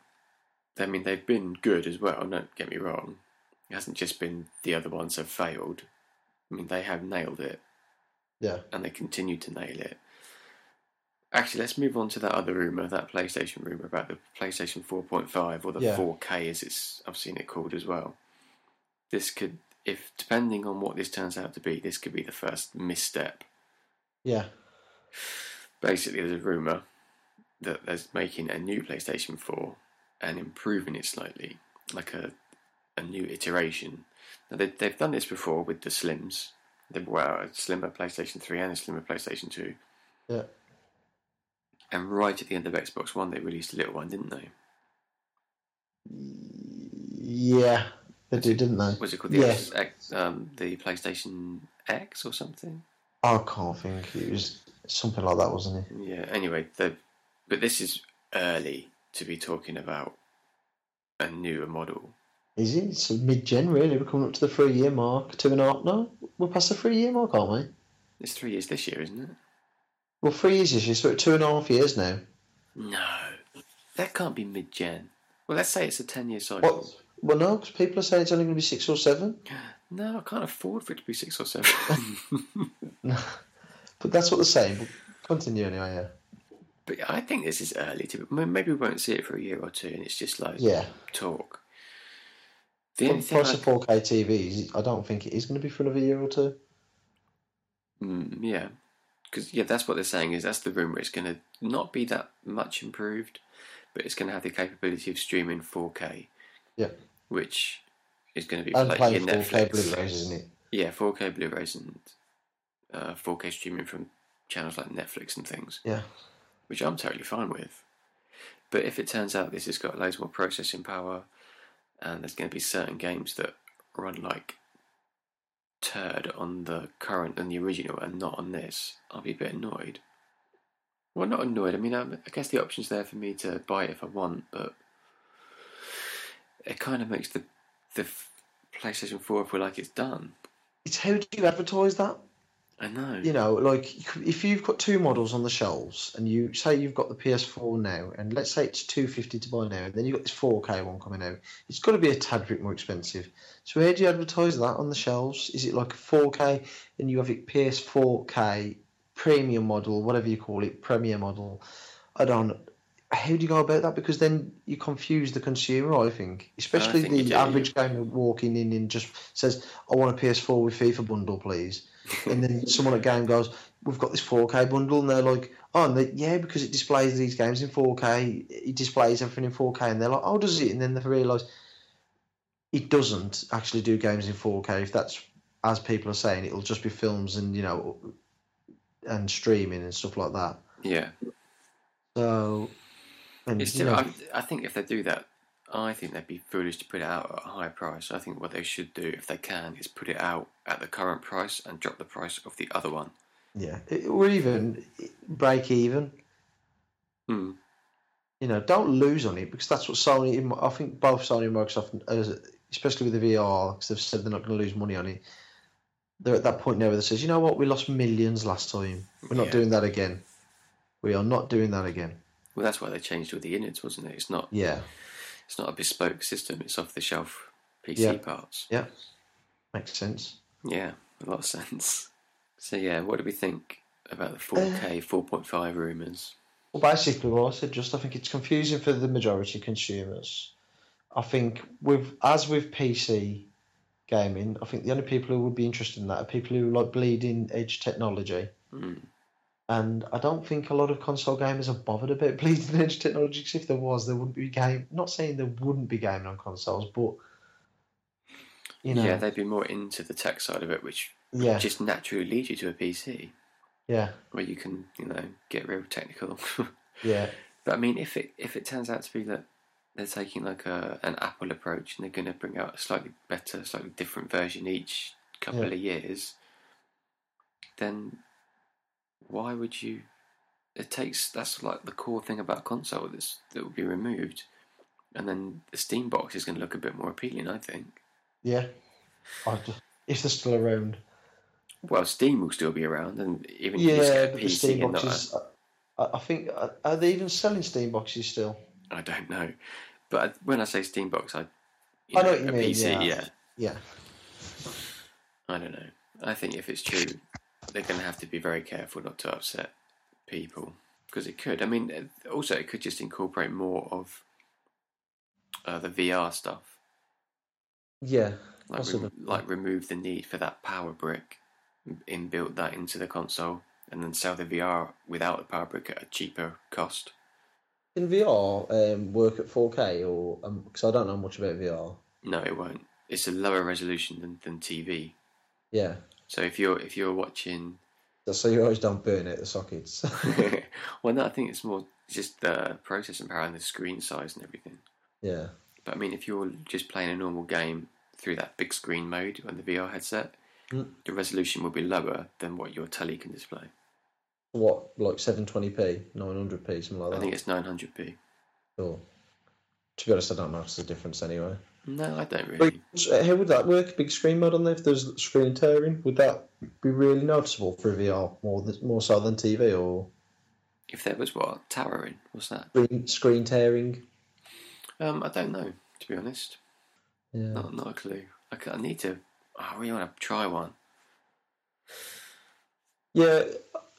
[SPEAKER 2] I mean, they've been good as well. Don't get me wrong. It hasn't just been the other ones have failed. I mean, they have nailed it,
[SPEAKER 1] Yeah.
[SPEAKER 2] and they continue to nail it. Actually, let's move on to that other rumor, that PlayStation rumor about the PlayStation 4.5 or the
[SPEAKER 1] Yeah.
[SPEAKER 2] 4K, as it's I've seen it called as well. This could, if depending on what this turns out to be, this could be the first misstep
[SPEAKER 1] Yeah.
[SPEAKER 2] basically there's a rumor that they're making a new PlayStation 4 and improving it slightly, like a a new iteration. Now they, they've done this before with the Slims. They brought out a slimmer PlayStation 3 and a slimmer PlayStation 2.
[SPEAKER 1] Yeah.
[SPEAKER 2] And right at the end of Xbox One, they released a little one, didn't they?
[SPEAKER 1] Yeah. They did, didn't they?
[SPEAKER 2] Was it called the
[SPEAKER 1] Yeah.
[SPEAKER 2] X- X, um, the PlayStation X or something?
[SPEAKER 1] I can't think. It was something like that, wasn't it?
[SPEAKER 2] Yeah. Anyway, the but this is early to be talking about a newer model.
[SPEAKER 1] Is it? It's mid gen, really. We're coming up to the three year mark. Two and a half. No, we're past the three year mark, aren't we?
[SPEAKER 2] It's three years this year, isn't it?
[SPEAKER 1] Well, three years this year, so we're at two and a half years now.
[SPEAKER 2] No. That can't be mid gen. Well, let's say it's a 10 year cycle.
[SPEAKER 1] What? Well, no, because people are saying it's only going to be six or seven.
[SPEAKER 2] No, I can't afford for it to be six or seven.
[SPEAKER 1] But that's what they're saying. But continue anyway,
[SPEAKER 2] but I think this is early to. I mean, Maybe we won't see it for a year or two and it's just like
[SPEAKER 1] yeah.
[SPEAKER 2] talk. The
[SPEAKER 1] Yeah.
[SPEAKER 2] only
[SPEAKER 1] From
[SPEAKER 2] thing.
[SPEAKER 1] price
[SPEAKER 2] I,
[SPEAKER 1] of 4K TVs, I don't think it is going to be for another year or two.
[SPEAKER 2] mm, yeah. Because, yeah, that's what they're saying is that's the rumour. It's going to not be that much improved, but it's going to have the capability of streaming 4K.
[SPEAKER 1] Yeah.
[SPEAKER 2] Which is going to be
[SPEAKER 1] And
[SPEAKER 2] like
[SPEAKER 1] playing
[SPEAKER 2] your
[SPEAKER 1] 4K
[SPEAKER 2] Netflix.
[SPEAKER 1] Blu-rays, isn't it?
[SPEAKER 2] Yeah, 4K Blu-rays and uh, 4K streaming from channels like Netflix and things,
[SPEAKER 1] Yeah.
[SPEAKER 2] which I'm totally fine with. But if it turns out this has got loads more processing power, and there's going to be certain games that run like turd on the current and the original and not on this, I'll be a bit annoyed. Well, not um, annoyed. I mean, i I guess the option's there for me to buy it if I want, but it kind of makes the the f- PlayStation Four feel like it's done.
[SPEAKER 1] It's how do you advertise that?
[SPEAKER 2] I know.
[SPEAKER 1] You know, like if you've got two models on the shelves and you say you've got the PS4 now, and let's say it's two fifty to buy now, and then you've got this four K one coming out, it's got to be a tad bit more expensive. So how do you advertise that on the shelves? Is it like four K and you have it PS4 K premium model, whatever you call it, premier model, and on? How do you go about that? Because then you confuse the consumer. I think, especially
[SPEAKER 2] think you
[SPEAKER 1] the
[SPEAKER 2] do.
[SPEAKER 1] average gamer walking in and just says, "I want a PS4 with FIFA bundle, please." and then someone at game goes, "We've got this 4K bundle," and they're like, "Oh, and they, yeah, because it displays these games in 4K. It displays everything in 4K," and they're like, "Oh, does it?" And then they realise it doesn't actually do games in 4K. If that's as people are saying, it'll just be films and you know, and streaming and stuff like that.
[SPEAKER 2] yeah.
[SPEAKER 1] So, and
[SPEAKER 2] It's
[SPEAKER 1] you
[SPEAKER 2] still,
[SPEAKER 1] know,
[SPEAKER 2] I, I think if they do that, I think they'd be foolish to put it out at a high price. I think what they should do, if they can, is put it out at the current price and drop the price of the other one.
[SPEAKER 1] yeah, it- or even break even.
[SPEAKER 2] Hmm.
[SPEAKER 1] you know, don't lose on it because that's what Sony. I think both Sony and Microsoft, uh, especially with the VR, because they've said they're not going to lose money on it. They're at that point now where they says, you know what, we lost millions last time. We're not
[SPEAKER 2] Yeah.
[SPEAKER 1] doing that again. We are not doing that again.
[SPEAKER 2] Well, that's why they changed all the innards, wasn't it? It's not.
[SPEAKER 1] Yeah,
[SPEAKER 2] It's not a bespoke system. It's off the shelf PC
[SPEAKER 1] Yeah.
[SPEAKER 2] parts.
[SPEAKER 1] yeah, makes sense.
[SPEAKER 2] Yeah, a lot of sense. So yeah, what do we think about the
[SPEAKER 1] Uh,
[SPEAKER 2] 4K 4.5 rumors?
[SPEAKER 1] Well, basically, what I said just I think it's confusing for the majority of consumers. I think with as with PC gaming, I think the only people who would be interested in that are people who like bleeding edge technology.
[SPEAKER 2] Mm.
[SPEAKER 1] And I don't think a lot of console gamers are bothered about bleeding edge technology. 'cause if there was, there wouldn't be game. Not saying there wouldn't be gaming on consoles, but you know,
[SPEAKER 2] Yeah,
[SPEAKER 1] yeah,
[SPEAKER 2] they'd be more into the tech side of it, which
[SPEAKER 1] yeah,
[SPEAKER 2] just naturally leads you to a PC
[SPEAKER 1] yeah,
[SPEAKER 2] where you can, you know, get real technical.
[SPEAKER 1] yeah,
[SPEAKER 2] But I mean, if it if it turns out to be that they're taking like a an Apple approach and they're going to bring out a slightly better, slightly different version each couple
[SPEAKER 1] Yeah.
[SPEAKER 2] of years, then why would you? It takes that's like the core thing about console that's, that will be removed, and then the Steam box is going to look a bit more appealing, I think.
[SPEAKER 1] I'd- if they're still around,
[SPEAKER 2] Well, Steam will still be around, and even if you
[SPEAKER 1] yeah,
[SPEAKER 2] just get a
[SPEAKER 1] but the
[SPEAKER 2] PC
[SPEAKER 1] Steam
[SPEAKER 2] and not a-
[SPEAKER 1] boxes. I, I think are- are they even selling Steam boxes still?
[SPEAKER 2] I don't know. But I- when I say Steam box, I you
[SPEAKER 1] I know what you
[SPEAKER 2] a
[SPEAKER 1] mean,
[SPEAKER 2] PC,
[SPEAKER 1] yeah.
[SPEAKER 2] yeah.
[SPEAKER 1] Yeah,
[SPEAKER 2] I don't know. I think if it's true, they're going to have to be very careful not to upset people because it could. I mean, uh, also it could just incorporate more of uh, the VR stuff,
[SPEAKER 1] yeah,
[SPEAKER 2] like
[SPEAKER 1] Also
[SPEAKER 2] rem- like remove the need for that power brick, and inbuilt that into the console, and then sell the VR without the power brick at a cheaper cost.
[SPEAKER 1] Can VR um, work at 4K or because I don't know much about VR.
[SPEAKER 2] No, it won't. It's a lower resolution than, than TV.
[SPEAKER 1] Yeah,
[SPEAKER 2] So if you're if you're watching
[SPEAKER 1] so you always don't burn it the sockets.
[SPEAKER 2] well, no, I think it's more just the processing power and the screen size and everything.
[SPEAKER 1] yeah,
[SPEAKER 2] But I mean, if you're just playing a normal game through that big screen mode on the VR headset,
[SPEAKER 1] Mm.
[SPEAKER 2] the resolution will be lower than what your telly can display.
[SPEAKER 1] what like 720p, 900p, something like that.
[SPEAKER 2] I think it's 900p.
[SPEAKER 1] Sure. To be honest, I don't notice the difference anyway.
[SPEAKER 2] No, I don't
[SPEAKER 1] But
[SPEAKER 2] really.
[SPEAKER 1] uh, how would that work? Big screen mode on there? If there's screen tearing, would that be really noticeable for VR more th- more so than TV or
[SPEAKER 2] If there was what towering, what's that?
[SPEAKER 1] screen, screen tearing?
[SPEAKER 2] Um, I don't know to be honest.
[SPEAKER 1] Yeah.
[SPEAKER 2] Not not a clue. I, ca- I need to. oh, I really want to try one.
[SPEAKER 1] Yeah,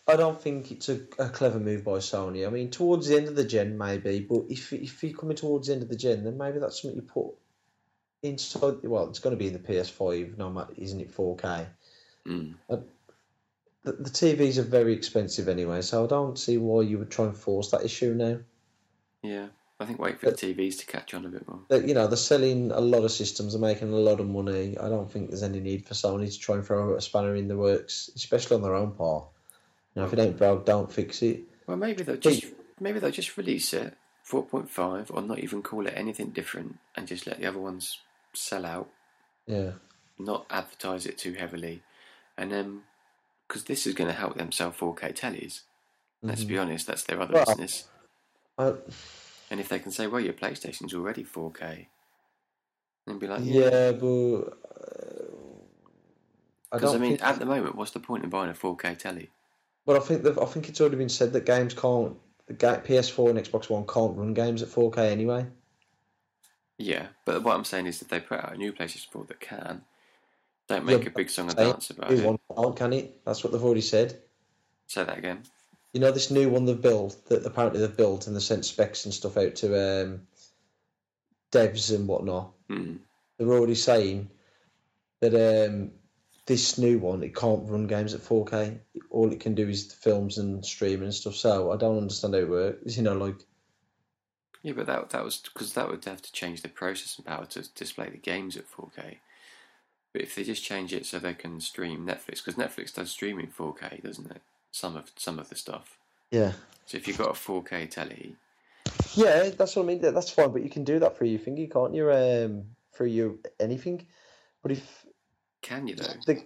[SPEAKER 1] I don't think it's a, a clever move by Sony. I mean, towards the end of the gen, maybe, but if if you're coming towards the end of the gen, then maybe that's something you put inside. Well, it's going to be in the PS5, no matter, isn't it? 4K.
[SPEAKER 2] Mm.
[SPEAKER 1] The, the TVs are very expensive anyway, so I don't see why you would try and force that issue now.
[SPEAKER 2] Yeah, I think wait for the TVs to catch on a bit more.
[SPEAKER 1] that you know they're selling a lot of systems, they're making a lot of money. I don't think there's any need for Sony to try and throw a spanner in the works, especially on their own part. You know, if it ain't broke, don't fix it.
[SPEAKER 2] Well, maybe they'll just maybe they'll just release it 4.5 or not even call it anything different and just let the other ones sell out,
[SPEAKER 1] Yeah,
[SPEAKER 2] not advertise it too heavily, and then because this is going to help them sell 4K tellies. Let's be honest, that's their other
[SPEAKER 1] Mm-hmm. Well-
[SPEAKER 2] business.
[SPEAKER 1] I,
[SPEAKER 2] And if they can say, well, your PlayStation's already 4K, and be like, yeah.
[SPEAKER 1] Yeah, but uh, I
[SPEAKER 2] Because
[SPEAKER 1] don't
[SPEAKER 2] I mean,
[SPEAKER 1] think.
[SPEAKER 2] at the moment, what's the point in buying a 4K telly?
[SPEAKER 1] but I think that I think it's already been said that games can't. The ga- PS4 and Xbox One can't run games at 4K anyway.
[SPEAKER 2] Yeah, but what I'm saying is, if they put out a new PlayStation 4 that can, don't make
[SPEAKER 1] Yeah,
[SPEAKER 2] a big song and
[SPEAKER 1] Say,
[SPEAKER 2] dance about
[SPEAKER 1] new
[SPEAKER 2] it.
[SPEAKER 1] one can't, can it? That's what they've already said.
[SPEAKER 2] Say that again.
[SPEAKER 1] You know this new one they've built that apparently they've built and they sent specs and stuff out to um, devs and whatnot.
[SPEAKER 2] Hmm.
[SPEAKER 1] They're already saying that um, this new one it can't run games at 4K. All it can do is films and streaming and stuff. So I don't understand how it works. You know, like
[SPEAKER 2] Yeah, but that that was because that would have to change the processing power to display the games at 4K. But if they just change it so they can stream Netflix, because Netflix does stream in 4K, doesn't it? Some of some of the stuff.
[SPEAKER 1] yeah,
[SPEAKER 2] So if you've got a 4K telly,
[SPEAKER 1] yeah. eh, That's what I mean. that- That's fine, but you can do that for your thingy, can't you? Um, for your anything. But if
[SPEAKER 2] can you though?
[SPEAKER 1] the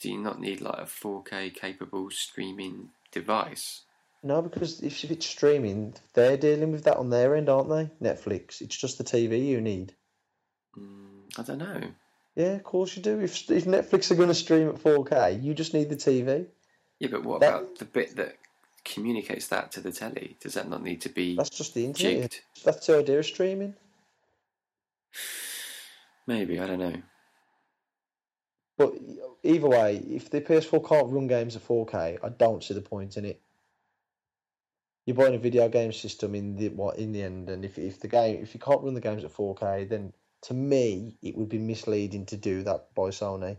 [SPEAKER 2] Do you not need like a 4K capable streaming device?
[SPEAKER 1] No, because if if it's streaming, they're dealing with that on their end, aren't they? Netflix. It's just the TV you need.
[SPEAKER 2] Mm, I don't know.
[SPEAKER 1] Yeah, of course you do. If if Netflix are going to stream at 4K, you just need the TV.
[SPEAKER 2] Yeah, but what
[SPEAKER 1] That-
[SPEAKER 2] about the bit that communicates that to the telly? Does that not need to be
[SPEAKER 1] That's just the internet.
[SPEAKER 2] jigged?
[SPEAKER 1] That's the idea of streaming.
[SPEAKER 2] Maybe I don't know.
[SPEAKER 1] But either way, if the PS4 can't run games at 4K, I don't see the point in it. You're buying a video game system in the what in the end, and if if the game if you can't run the games at 4K, then to me it would be misleading to do that by Sony.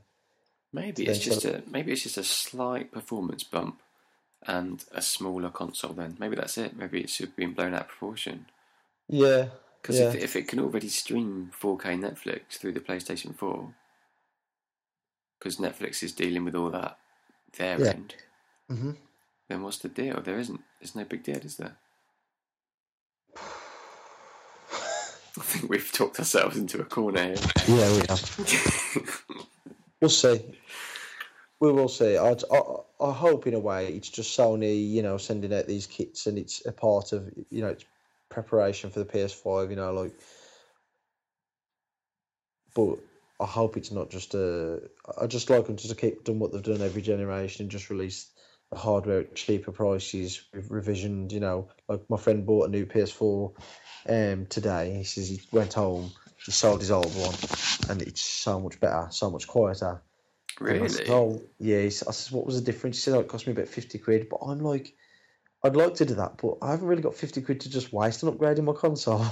[SPEAKER 2] Maybe it's
[SPEAKER 1] Then
[SPEAKER 2] just a maybe it's just a slight performance bump and a smaller console. Then maybe that's it. Maybe it's being blown out of proportion.
[SPEAKER 1] Yeah,
[SPEAKER 2] Because
[SPEAKER 1] yeah.
[SPEAKER 2] if, if it can already stream 4K Netflix through the PlayStation 4, because Netflix is dealing with all that their
[SPEAKER 1] Yeah.
[SPEAKER 2] end,
[SPEAKER 1] mm-hmm.
[SPEAKER 2] then what's the deal? There isn't. There's no big deal, is there? I think we've talked ourselves into a corner
[SPEAKER 1] Yeah, we have.
[SPEAKER 2] here.
[SPEAKER 1] We'll see. We will see. I, I, I hope, in a way, it's just Sony, you know, sending out these kits and it's a part of, you know, it's preparation for the PS5, you know, like. But I hope it's not just a. I just like them to keep doing what they've done every generation and just release the hardware at cheaper prices, with revisioned, you know. Like my friend bought a new PS4 um, today. He says he went home, he sold his old one, and it's so much better, so much quieter. And I said,
[SPEAKER 2] really?
[SPEAKER 1] oh, yeah. he s- I says, what was the difference? He said, oh, it cost me about 50 quid. But I'm like, I'd like to do that, but I haven't really got 50 quid to just waste on upgrading my console.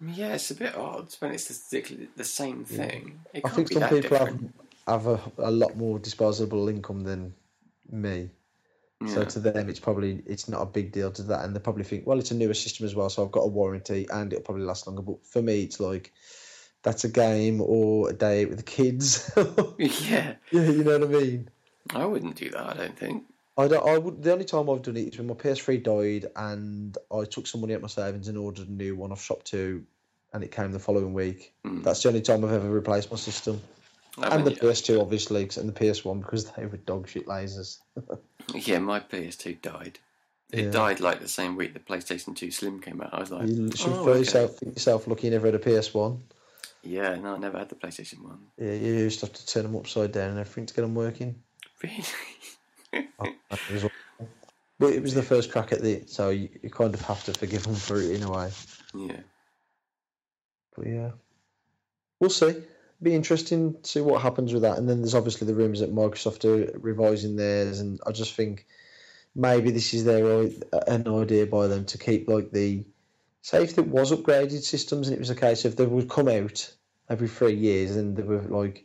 [SPEAKER 2] Yeah, it's a bit odd when it's exactly the same thing. It
[SPEAKER 1] I
[SPEAKER 2] can't
[SPEAKER 1] think
[SPEAKER 2] be
[SPEAKER 1] some
[SPEAKER 2] that
[SPEAKER 1] people
[SPEAKER 2] different.
[SPEAKER 1] have, have a, a lot more disposable income than me. So
[SPEAKER 2] Yeah.
[SPEAKER 1] to them, it's probably it's not a big deal to that, and they probably think, well, it's a newer system as well, so I've got a warranty and it'll probably last longer. But for me, it's like that's a game or a day out with the kids.
[SPEAKER 2] yeah,
[SPEAKER 1] yeah, you know what I mean.
[SPEAKER 2] I wouldn't do that. I don't think.
[SPEAKER 1] I don't. I would. The only time I've done it is when my PS3 died, and I took some money out my savings and ordered a new one off Shop Two, and it came the following week.
[SPEAKER 2] Mm.
[SPEAKER 1] That's the only time I've ever replaced my system,
[SPEAKER 2] I
[SPEAKER 1] and the
[SPEAKER 2] mean,
[SPEAKER 1] PS2 obviously, 'cause- and the PS1 because they were dog shit lasers.
[SPEAKER 2] yeah, my PS2 died. It
[SPEAKER 1] Yeah.
[SPEAKER 2] died like the same week the PlayStation 2 Slim came out. I was like,
[SPEAKER 1] You literally
[SPEAKER 2] oh,
[SPEAKER 1] feel
[SPEAKER 2] okay.
[SPEAKER 1] yourself, think yourself lucky you never had a PS1.
[SPEAKER 2] yeah, no, I never had the PlayStation One.
[SPEAKER 1] Yeah, you used to have to turn them upside down and everything to get them working.
[SPEAKER 2] Really?
[SPEAKER 1] That was awful. But it was the first crack at it, so you, you kind of have to forgive them for it in a way.
[SPEAKER 2] yeah.
[SPEAKER 1] But yeah, we'll see. Be interesting to see what happens with that. And then there's obviously the rumours that Microsoft are revising theirs, and I just think maybe this is their i- an idea by them to keep like the say if it was upgraded systems, and it was a case of they would come out every three years, and they were like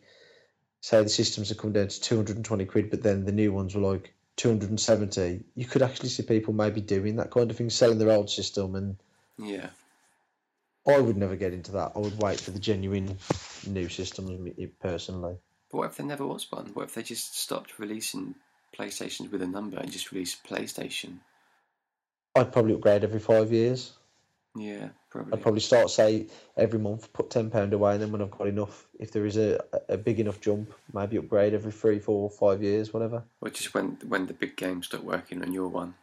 [SPEAKER 1] say the systems had come down to 220 quid, but then the new ones were like 270. You could actually see people maybe doing that kind of thing, selling their old system and
[SPEAKER 2] Yeah.
[SPEAKER 1] I would never get into that. I would wait for the genuine new systems m- personally.
[SPEAKER 2] But what if there never was one? What if they just stopped releasing PlayStations with a number and just released PlayStation?
[SPEAKER 1] I'd probably upgrade every five years.
[SPEAKER 2] Yeah, probably.
[SPEAKER 1] I'd probably start say every month, put ten pound away, and then when I've got enough, if there is a, a big enough jump, maybe upgrade every three, four, five years, whatever.
[SPEAKER 2] Or just when when the big game stopped working on your one.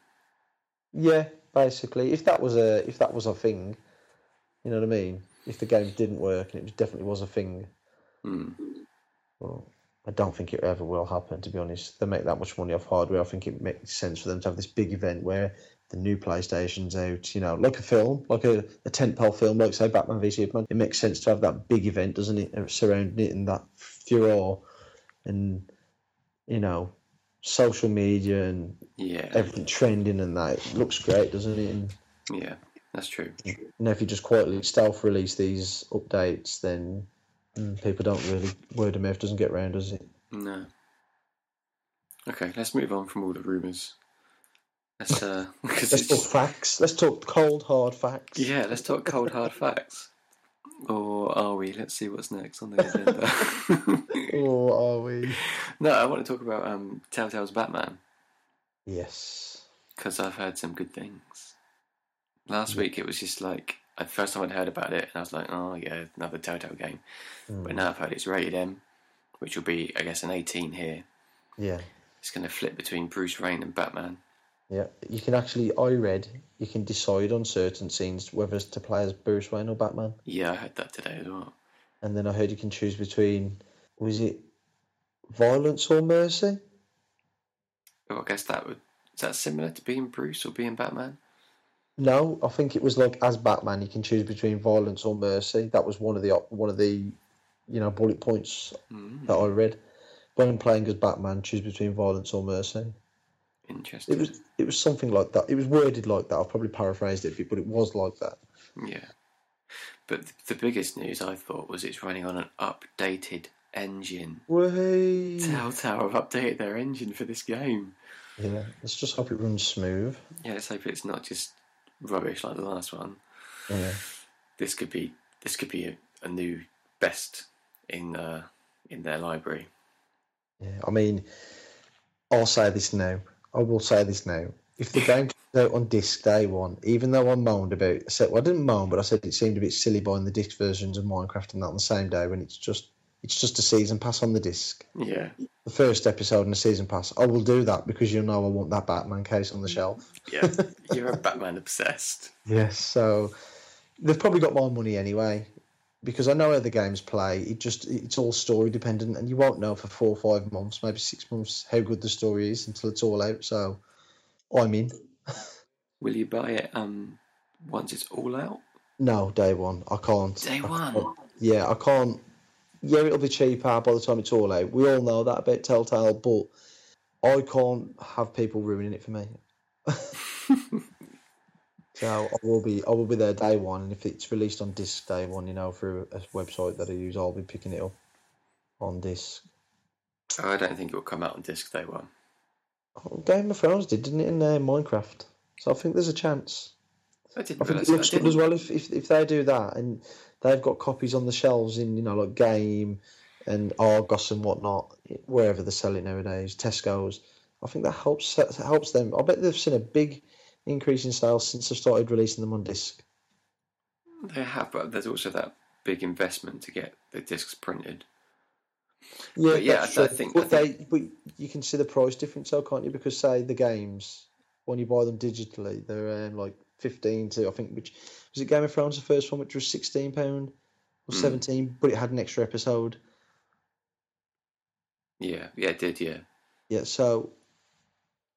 [SPEAKER 1] Yeah, basically, if that was a if that was a thing, you know what I mean. if the game didn't work, and it definitely was a thing.
[SPEAKER 2] Hmm.
[SPEAKER 1] Well, I don't think it ever will happen. To be honest, they make that much money off hardware. I think it makes sense for them to have this big event where the new PlayStation's out. You know, like a film, like a, a tentpole film, like say Batman v Superman. It makes sense to have that big event, doesn't it, surrounding it and that furore, and you know, social media and
[SPEAKER 2] Yeah,
[SPEAKER 1] everything trending and that. It looks great, doesn't it? And,
[SPEAKER 2] yeah, that's true.
[SPEAKER 1] and if you just quietly stealth release these updates, then mm, people don't really word of mouth doesn't get round, does it?
[SPEAKER 2] No. Okay, let's move on from all the rumours. Let's uh, because
[SPEAKER 1] Let's talk
[SPEAKER 2] it's,
[SPEAKER 1] facts. Let's talk cold hard facts.
[SPEAKER 2] yeah, let's talk cold hard facts. Or are we? Let's see what's next on the agenda.
[SPEAKER 1] Or are we?
[SPEAKER 2] no, I want to talk about um, Telltale's Batman
[SPEAKER 1] Yes.
[SPEAKER 2] because I've heard some good things. Last week it was just like the first time I'd heard about it, and I was like, oh yeah, another Telltale game.
[SPEAKER 1] Mm,
[SPEAKER 2] But now I've heard it's rated M, which will be, I guess, an 18 here.
[SPEAKER 1] Yeah.
[SPEAKER 2] It's going to flip between Bruce Wayne and Batman.
[SPEAKER 1] Yeah. You can actually, I read, you can decide on certain scenes whether it's to play as Bruce Wayne or Batman.
[SPEAKER 2] Yeah, I heard that today as well.
[SPEAKER 1] And then I heard you can choose between, was it violence or mercy?
[SPEAKER 2] Well, I guess that would is that similar to being Bruce or being Batman?
[SPEAKER 1] No, I think it was like as Batman, you can choose between violence or mercy. That was one of the op- one of the, you know, bullet points
[SPEAKER 2] Mm,
[SPEAKER 1] that I read. When playing as Batman, choose between violence or mercy.
[SPEAKER 2] interesting.
[SPEAKER 1] It was it was something like that. It was worded like that. I've probably paraphrased it, but it was like that.
[SPEAKER 2] Yeah. But th- the biggest news I thought was it's running on an updated engine.
[SPEAKER 1] Way.
[SPEAKER 2] Telltale have updated their engine for this game.
[SPEAKER 1] Yeah, let's just hope it runs smooth.
[SPEAKER 2] Yeah, let's hope it's not just rubbish like the last one.
[SPEAKER 1] Yeah,
[SPEAKER 2] This could be this could be a, a new best in uh, in their library.
[SPEAKER 1] yeah. I mean, I'll say this now. I will say this now. If the game comes out on disc day one, even though I moaned about, I said, well, I didn't moan, but I said it seemed a bit silly buying the disc versions of Minecraft and that on the same day when it's just it's just a season pass on the disc.
[SPEAKER 2] Yeah.
[SPEAKER 1] The first episode and a season pass. I will do that because you know I want that Batman case on the shelf.
[SPEAKER 2] Yeah. You're a Batman obsessed.
[SPEAKER 1] Yes. So they've probably got more money anyway, because I know how the games play. It just it's all story dependent, and you won't know for four or five months, maybe six months, how good the story is until it's all out. So I'm in.
[SPEAKER 2] Will you buy it um once it's all out?
[SPEAKER 1] No, day one. I can't.
[SPEAKER 2] Day
[SPEAKER 1] I
[SPEAKER 2] one?
[SPEAKER 1] can't- yeah, I can't. Yeah, it'll be cheaper by the time it's all out. We all know that about Telltale, but I can't have people ruining it for me. So I will be I will be there day one, and if it's released on disc day one, you know, through a website that I use, I'll be picking it up on disc.
[SPEAKER 2] Oh, I don't think it will come out on disc day one.
[SPEAKER 1] Oh, Game of Thrones did, didn't it, in uh, Minecraft? So I think there's a chance.
[SPEAKER 2] I didn't
[SPEAKER 1] I think it
[SPEAKER 2] realise
[SPEAKER 1] looks
[SPEAKER 2] that.
[SPEAKER 1] good as
[SPEAKER 2] Didn't.
[SPEAKER 1] well if, if if they do that, and they've got copies on the shelves in you know like Game and Argos and whatnot, wherever they're selling nowadays, Tesco's. I think that helps that helps them. I bet they've seen a big increase in sales since they started releasing them on disc.
[SPEAKER 2] They have, but there's also that big investment to get the discs printed.
[SPEAKER 1] Yeah,
[SPEAKER 2] But yeah,
[SPEAKER 1] that's
[SPEAKER 2] I- I
[SPEAKER 1] true.
[SPEAKER 2] think-
[SPEAKER 1] But
[SPEAKER 2] I think-
[SPEAKER 1] they, but you can see the price difference, though, can't you? Because say the games when you buy them digitally, they're um, like fifteen to I think which was it Game of Thrones the first one, which was sixteen pound or
[SPEAKER 2] Mm.
[SPEAKER 1] seventeen, but it had an extra episode.
[SPEAKER 2] Yeah, yeah, it did, yeah.
[SPEAKER 1] Yeah, so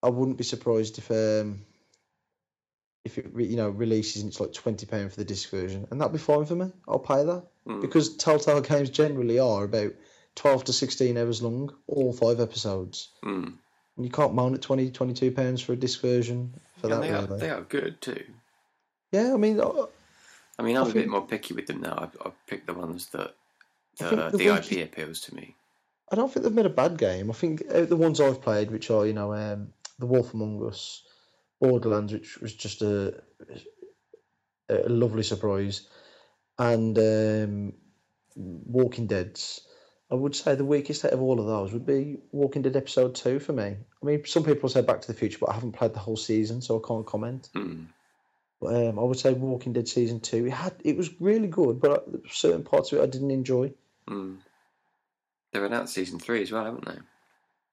[SPEAKER 1] I wouldn't be surprised if um if it re, you know releases and it's like twenty pound for the disc version, and that'd be fine for me. I'll pay that
[SPEAKER 2] Mm.
[SPEAKER 1] because Telltale games generally are about twelve to sixteen hours long, all five episodes.
[SPEAKER 2] Mm.
[SPEAKER 1] And you can't mount at 20 22 pounds for a disc version for
[SPEAKER 2] And
[SPEAKER 1] that
[SPEAKER 2] they are,
[SPEAKER 1] really.
[SPEAKER 2] they are good too.
[SPEAKER 1] yeah i mean I-
[SPEAKER 2] I mean, I'm
[SPEAKER 1] I
[SPEAKER 2] a bit
[SPEAKER 1] think-
[SPEAKER 2] more picky with them now. I've, I've picked the ones that
[SPEAKER 1] I
[SPEAKER 2] the,
[SPEAKER 1] think the
[SPEAKER 2] the
[SPEAKER 1] ones-
[SPEAKER 2] IP appeals to me.
[SPEAKER 1] i don't think they've made a bad game i think uh, the ones i've played which are you know um, the wolf among us borderlands which was just a, a lovely surprise and um, walking dead's i would say the weakest out of all of those would be walking dead episode 2 for me i mean some people say back to the future but i haven't played the whole season so i can't comment
[SPEAKER 2] Mm.
[SPEAKER 1] um, I would say Walking Dead season two. It had it was really good, but uh, certain parts of it I didn't enjoy.
[SPEAKER 2] Mm. They've announced season three as well, haven't they?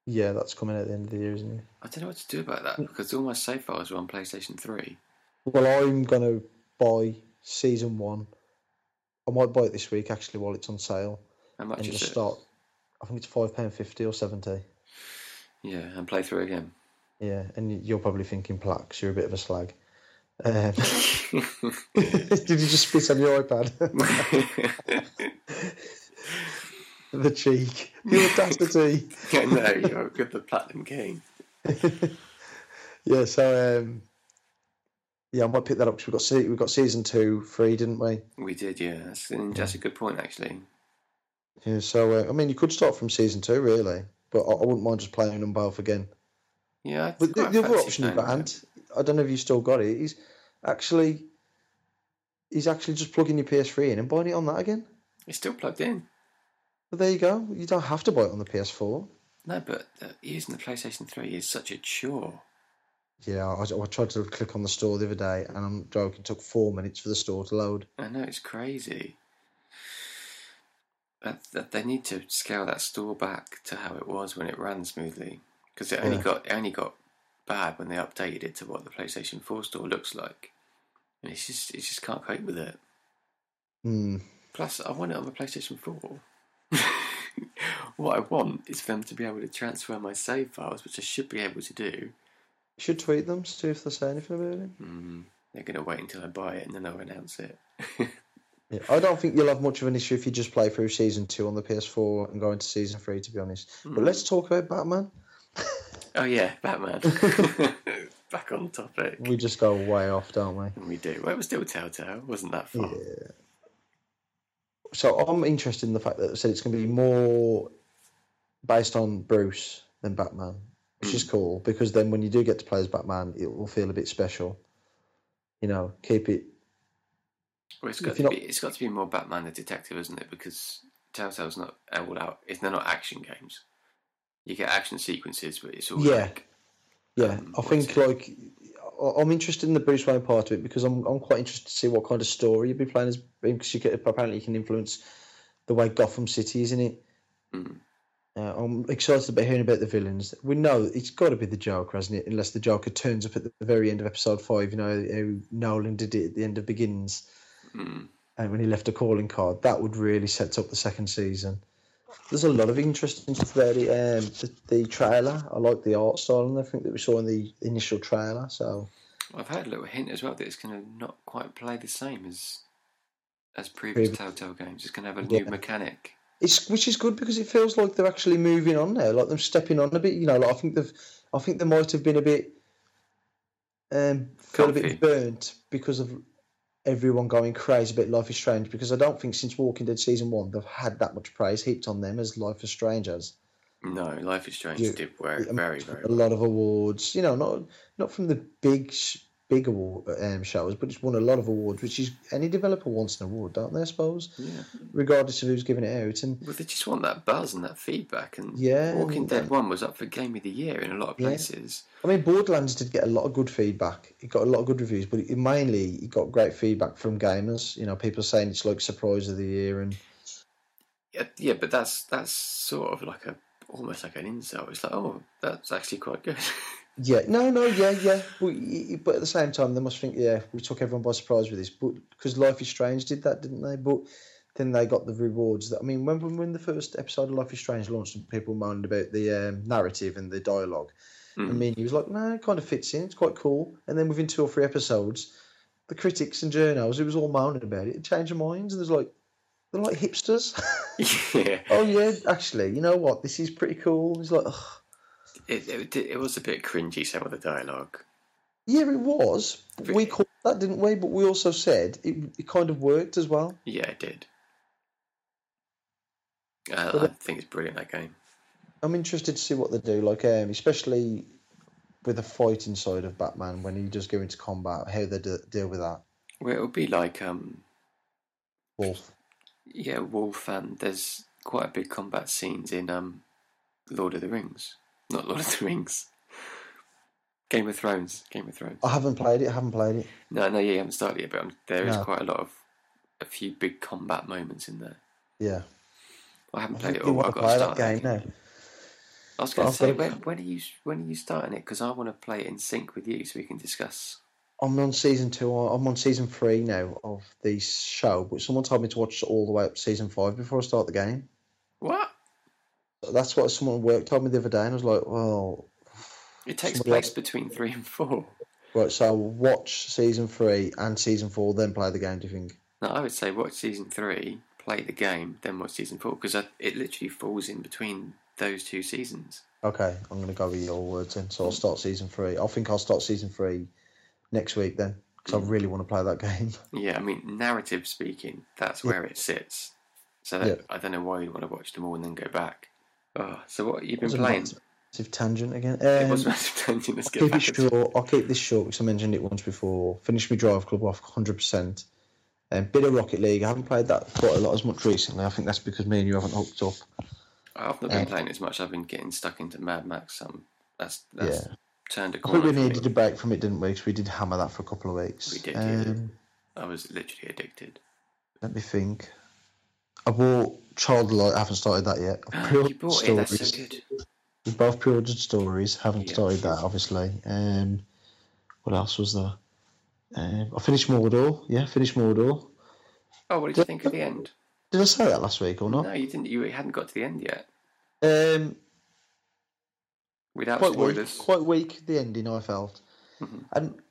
[SPEAKER 1] Yeah, that's coming out at the end of the year, isn't it?
[SPEAKER 2] I don't know what to do about
[SPEAKER 1] Mm.
[SPEAKER 2] that because all my save files were on PlayStation 3.
[SPEAKER 1] Well, I'm gonna buy season one. I I might buy it this week actually while it's on sale
[SPEAKER 2] How much
[SPEAKER 1] and
[SPEAKER 2] is
[SPEAKER 1] just
[SPEAKER 2] it?
[SPEAKER 1] start. I think it's five pound fifty or seventy.
[SPEAKER 2] Yeah, and play through again.
[SPEAKER 1] Yeah, and y- you're probably thinking plaques. You're a bit of a slag. Um, did you just spit on your iPad? the cheek, the audacity.
[SPEAKER 2] yeah, no, you're good the platinum game.
[SPEAKER 1] Yeah, so um, yeah, I might pick that up because we got se- we got season two free, didn't we?
[SPEAKER 2] We did, yeah. That's, that's a good point, actually.
[SPEAKER 1] Yeah, so uh, I mean, you could start from season two, really, but I, I wouldn't mind just playing them both again.
[SPEAKER 2] Yeah, I
[SPEAKER 1] But the,
[SPEAKER 2] quite
[SPEAKER 1] the other
[SPEAKER 2] fancy
[SPEAKER 1] option you've got,
[SPEAKER 2] playing that.
[SPEAKER 1] Ant, I don't know if you still got it. He's actually he's actually just plugging your PS3 in and buying it on that again.
[SPEAKER 2] It's still plugged in.
[SPEAKER 1] But there you go. You don't have to buy it on the PS4.
[SPEAKER 2] No, but uh, using the PlayStation 3 is such a chore.
[SPEAKER 1] Yeah, I, I tried to click on the store the other day, and I'm joking. It took four minutes for the store to load.
[SPEAKER 2] I know, it's crazy. That, that They need to scale that store back to how it was when it ran smoothly. Because it, only
[SPEAKER 1] Yeah.
[SPEAKER 2] got it only got bad when they updated it to what the PlayStation 4 store looks like. And it's just, it just can't cope with it.
[SPEAKER 1] Hmm.
[SPEAKER 2] Plus, I want it on the PlayStation 4. what I want is for them to be able to transfer my save files, which I should be able to do.
[SPEAKER 1] Should tweet them, see if they say anything about it.
[SPEAKER 2] Mm, they're going to wait until I buy it and then they'll announce it.
[SPEAKER 1] Yeah, I don't think you'll have much of an issue if you just play through season two on the PS4 and go into season three, to be honest.
[SPEAKER 2] Hmm.
[SPEAKER 1] But let's talk about Batman.
[SPEAKER 2] Mm. Oh, yeah, Batman. Back on topic.
[SPEAKER 1] We just go way off, don't we?
[SPEAKER 2] We do. Well, it was still Telltale. Wasn't that fun?
[SPEAKER 1] Yeah. So I'm interested in the fact that they said it's going to be more based on Bruce than Batman, which is cool because then when you do get to play as Batman, it will feel a bit special. You know, keep it.
[SPEAKER 2] Well, it's
[SPEAKER 1] If
[SPEAKER 2] got, to
[SPEAKER 1] you're
[SPEAKER 2] be,
[SPEAKER 1] not-
[SPEAKER 2] it's got to be more Batman the Detective, isn't it? Because Telltale's not all out. It's, they're not action games. You get action sequences, but it's all
[SPEAKER 1] Yeah.
[SPEAKER 2] like.
[SPEAKER 1] Yeah,
[SPEAKER 2] Um,
[SPEAKER 1] I think like I- I'm interested in the Bruce Wayne part of it because I'm I'm quite interested to see what kind of story you'll be playing as because you can, apparently you can influence the way Gotham City is in it.
[SPEAKER 2] Mm.
[SPEAKER 1] Uh, I'm excited about hearing about the villains. We know it's got to be the Joker, hasn't it? Unless the Joker turns up at the very end of episode five, you know how Nolan did it at the end of Begins,
[SPEAKER 2] Mm,
[SPEAKER 1] and when he left a calling card, that would really set up the second season. There's a lot of interesting stuff there. The, um, the, the trailer, I like the art style and everything that we saw in the initial trailer. So
[SPEAKER 2] I've had a little hint as well that it's going to not quite play the same as as previous
[SPEAKER 1] Previous-
[SPEAKER 2] Telltale games. It's going to have a
[SPEAKER 1] Yeah.
[SPEAKER 2] new mechanic.
[SPEAKER 1] It's which is good because it feels like they're actually moving on now, like they're stepping on a bit. You know, like I think they've, I think they might have been a bit, um, feel a
[SPEAKER 2] Comfy.
[SPEAKER 1] bit burnt because of everyone going crazy about Life is Strange. Because I don't think since Walking Dead season one they've had that much praise heaped on them as Life is Strange has
[SPEAKER 2] No, Life is Strange
[SPEAKER 1] You-
[SPEAKER 2] did work
[SPEAKER 1] um,
[SPEAKER 2] very, very
[SPEAKER 1] a
[SPEAKER 2] well.
[SPEAKER 1] lot of awards. You know, not not from the big sh- big award um, shows, but it's won a lot of awards. Which is any developer wants an award, don't they? I suppose,
[SPEAKER 2] Yeah.
[SPEAKER 1] regardless of who's giving it out. And
[SPEAKER 2] Well, they just want that buzz and that feedback. And
[SPEAKER 1] Yeah,
[SPEAKER 2] Walking
[SPEAKER 1] and
[SPEAKER 2] Dead
[SPEAKER 1] that-
[SPEAKER 2] 1 was up for Game of the Year in a lot of
[SPEAKER 1] Yeah.
[SPEAKER 2] places.
[SPEAKER 1] I mean, Borderlands did get a lot of good feedback. It got a lot of good reviews, but it mainly it got great feedback from gamers. You know, people saying it's like surprise of the year, and
[SPEAKER 2] Yeah, yeah but that's that's sort of like a almost like an insult. It's like, oh, that's actually quite good.
[SPEAKER 1] yeah, no, no, yeah, yeah. But, y- but at the same time, they must think, yeah, we took everyone by surprise with this, but because Life is Strange did that, didn't they? But then they got the rewards. That I mean, when when- when the first episode of Life is Strange launched, and people moaned about the um, narrative and the dialogue. I
[SPEAKER 2] Mm.
[SPEAKER 1] mean, he was like, no, it kind of fits in. It's quite cool. And then within two or three episodes, the critics and journals, it was all moaning about it, changed their minds. And there's like, they're like hipsters.
[SPEAKER 2] yeah.
[SPEAKER 1] oh, yeah, actually, you know what? This is pretty cool. It's like, ugh.
[SPEAKER 2] It, it, it was a bit cringy, some of the dialogue.
[SPEAKER 1] yeah, it was. We called that, didn't we? But we also said it, it kind of worked as well.
[SPEAKER 2] Yeah, it did. Uh,
[SPEAKER 1] But
[SPEAKER 2] I
[SPEAKER 1] the-
[SPEAKER 2] think it's brilliant that game.
[SPEAKER 1] I'm interested to see what they do, like, um, especially with the fighting side of Batman when he does go into combat, how they de- deal with that.
[SPEAKER 2] Well, it'll be like um,
[SPEAKER 1] Wolf.
[SPEAKER 2] yeah, Wolf and there's quite a big combat scenes in um, Lord of the Rings, not Lord of the Rings, Game of Thrones, Game of Thrones.
[SPEAKER 1] I haven't played it, I haven't played it.
[SPEAKER 2] No, no, yeah, you haven't started yet, but um, there is
[SPEAKER 1] No.
[SPEAKER 2] quite a lot of a few big combat moments in there.
[SPEAKER 1] Yeah.
[SPEAKER 2] I haven't
[SPEAKER 1] I
[SPEAKER 2] played it
[SPEAKER 1] really
[SPEAKER 2] all.
[SPEAKER 1] want
[SPEAKER 2] I've
[SPEAKER 1] to
[SPEAKER 2] got to
[SPEAKER 1] play
[SPEAKER 2] start
[SPEAKER 1] that game now.
[SPEAKER 2] I was going to
[SPEAKER 1] I've
[SPEAKER 2] say,
[SPEAKER 1] got
[SPEAKER 2] when, when are you when are you starting it? Because I want to play it in sync with you, so we can discuss.
[SPEAKER 1] I'm on season two. I'm on season three now of the show, but someone told me to watch all the way up to season five before I start the game.
[SPEAKER 2] What?
[SPEAKER 1] That's what someone at work told me the other day, and I was like, well,
[SPEAKER 2] It takes
[SPEAKER 1] Somebody
[SPEAKER 2] place
[SPEAKER 1] else-
[SPEAKER 2] between three and four.
[SPEAKER 1] right, so watch season three and season four, then play the game, do you think?
[SPEAKER 2] No, I would say watch season three, play the game, then watch season four because it literally falls in between those two seasons.
[SPEAKER 1] Okay, I'm going to go with your words then. So I'll start season three. I think I'll start season three next week then, because I
[SPEAKER 2] Mm.
[SPEAKER 1] really want to play that game.
[SPEAKER 2] Yeah, I mean, narrative speaking, that's where it sits. So
[SPEAKER 1] Yeah.
[SPEAKER 2] I don't know why you'd want to watch them all and then go back. Oh, so what you've been
[SPEAKER 1] It's a
[SPEAKER 2] playing?
[SPEAKER 1] massive tangent again.
[SPEAKER 2] It was
[SPEAKER 1] Um,
[SPEAKER 2] massive tangent. Let's
[SPEAKER 1] I'll
[SPEAKER 2] get
[SPEAKER 1] keep it
[SPEAKER 2] back. to-
[SPEAKER 1] short. I'll keep this short because I mentioned it once before. Finish my drive club off 100%. Um, bit of Rocket League. I haven't played that quite a lot as much recently. I think that's because me and you haven't hooked up.
[SPEAKER 2] I've not
[SPEAKER 1] Yeah.
[SPEAKER 2] been playing as much. I've been getting stuck into Mad Max. Um, that's that's turned a
[SPEAKER 1] I
[SPEAKER 2] corner.
[SPEAKER 1] think
[SPEAKER 2] for
[SPEAKER 1] we
[SPEAKER 2] me.
[SPEAKER 1] needed a break from it, didn't we? 'Cause we did hammer that for a couple of weeks.
[SPEAKER 2] We did, yeah.
[SPEAKER 1] Um,
[SPEAKER 2] I was literally addicted.
[SPEAKER 1] let me think. I bought Child Light. I haven't started that yet. I've
[SPEAKER 2] you
[SPEAKER 1] pre-ordered
[SPEAKER 2] bought it. That's so good.
[SPEAKER 1] We both pre-ordered stories. Haven't
[SPEAKER 2] Yeah.
[SPEAKER 1] started that, obviously. Um, what else was there? Um, I finished Mordor. Yeah, finished Mordor.
[SPEAKER 2] Oh, what did you think of the end?
[SPEAKER 1] Did I say that last week or not?
[SPEAKER 2] No, you didn't. You hadn't got to the end yet.
[SPEAKER 1] Um,
[SPEAKER 2] Without
[SPEAKER 1] quite
[SPEAKER 2] spoilers.
[SPEAKER 1] weak. Quite weak. The ending I felt,
[SPEAKER 2] Mhm.
[SPEAKER 1] and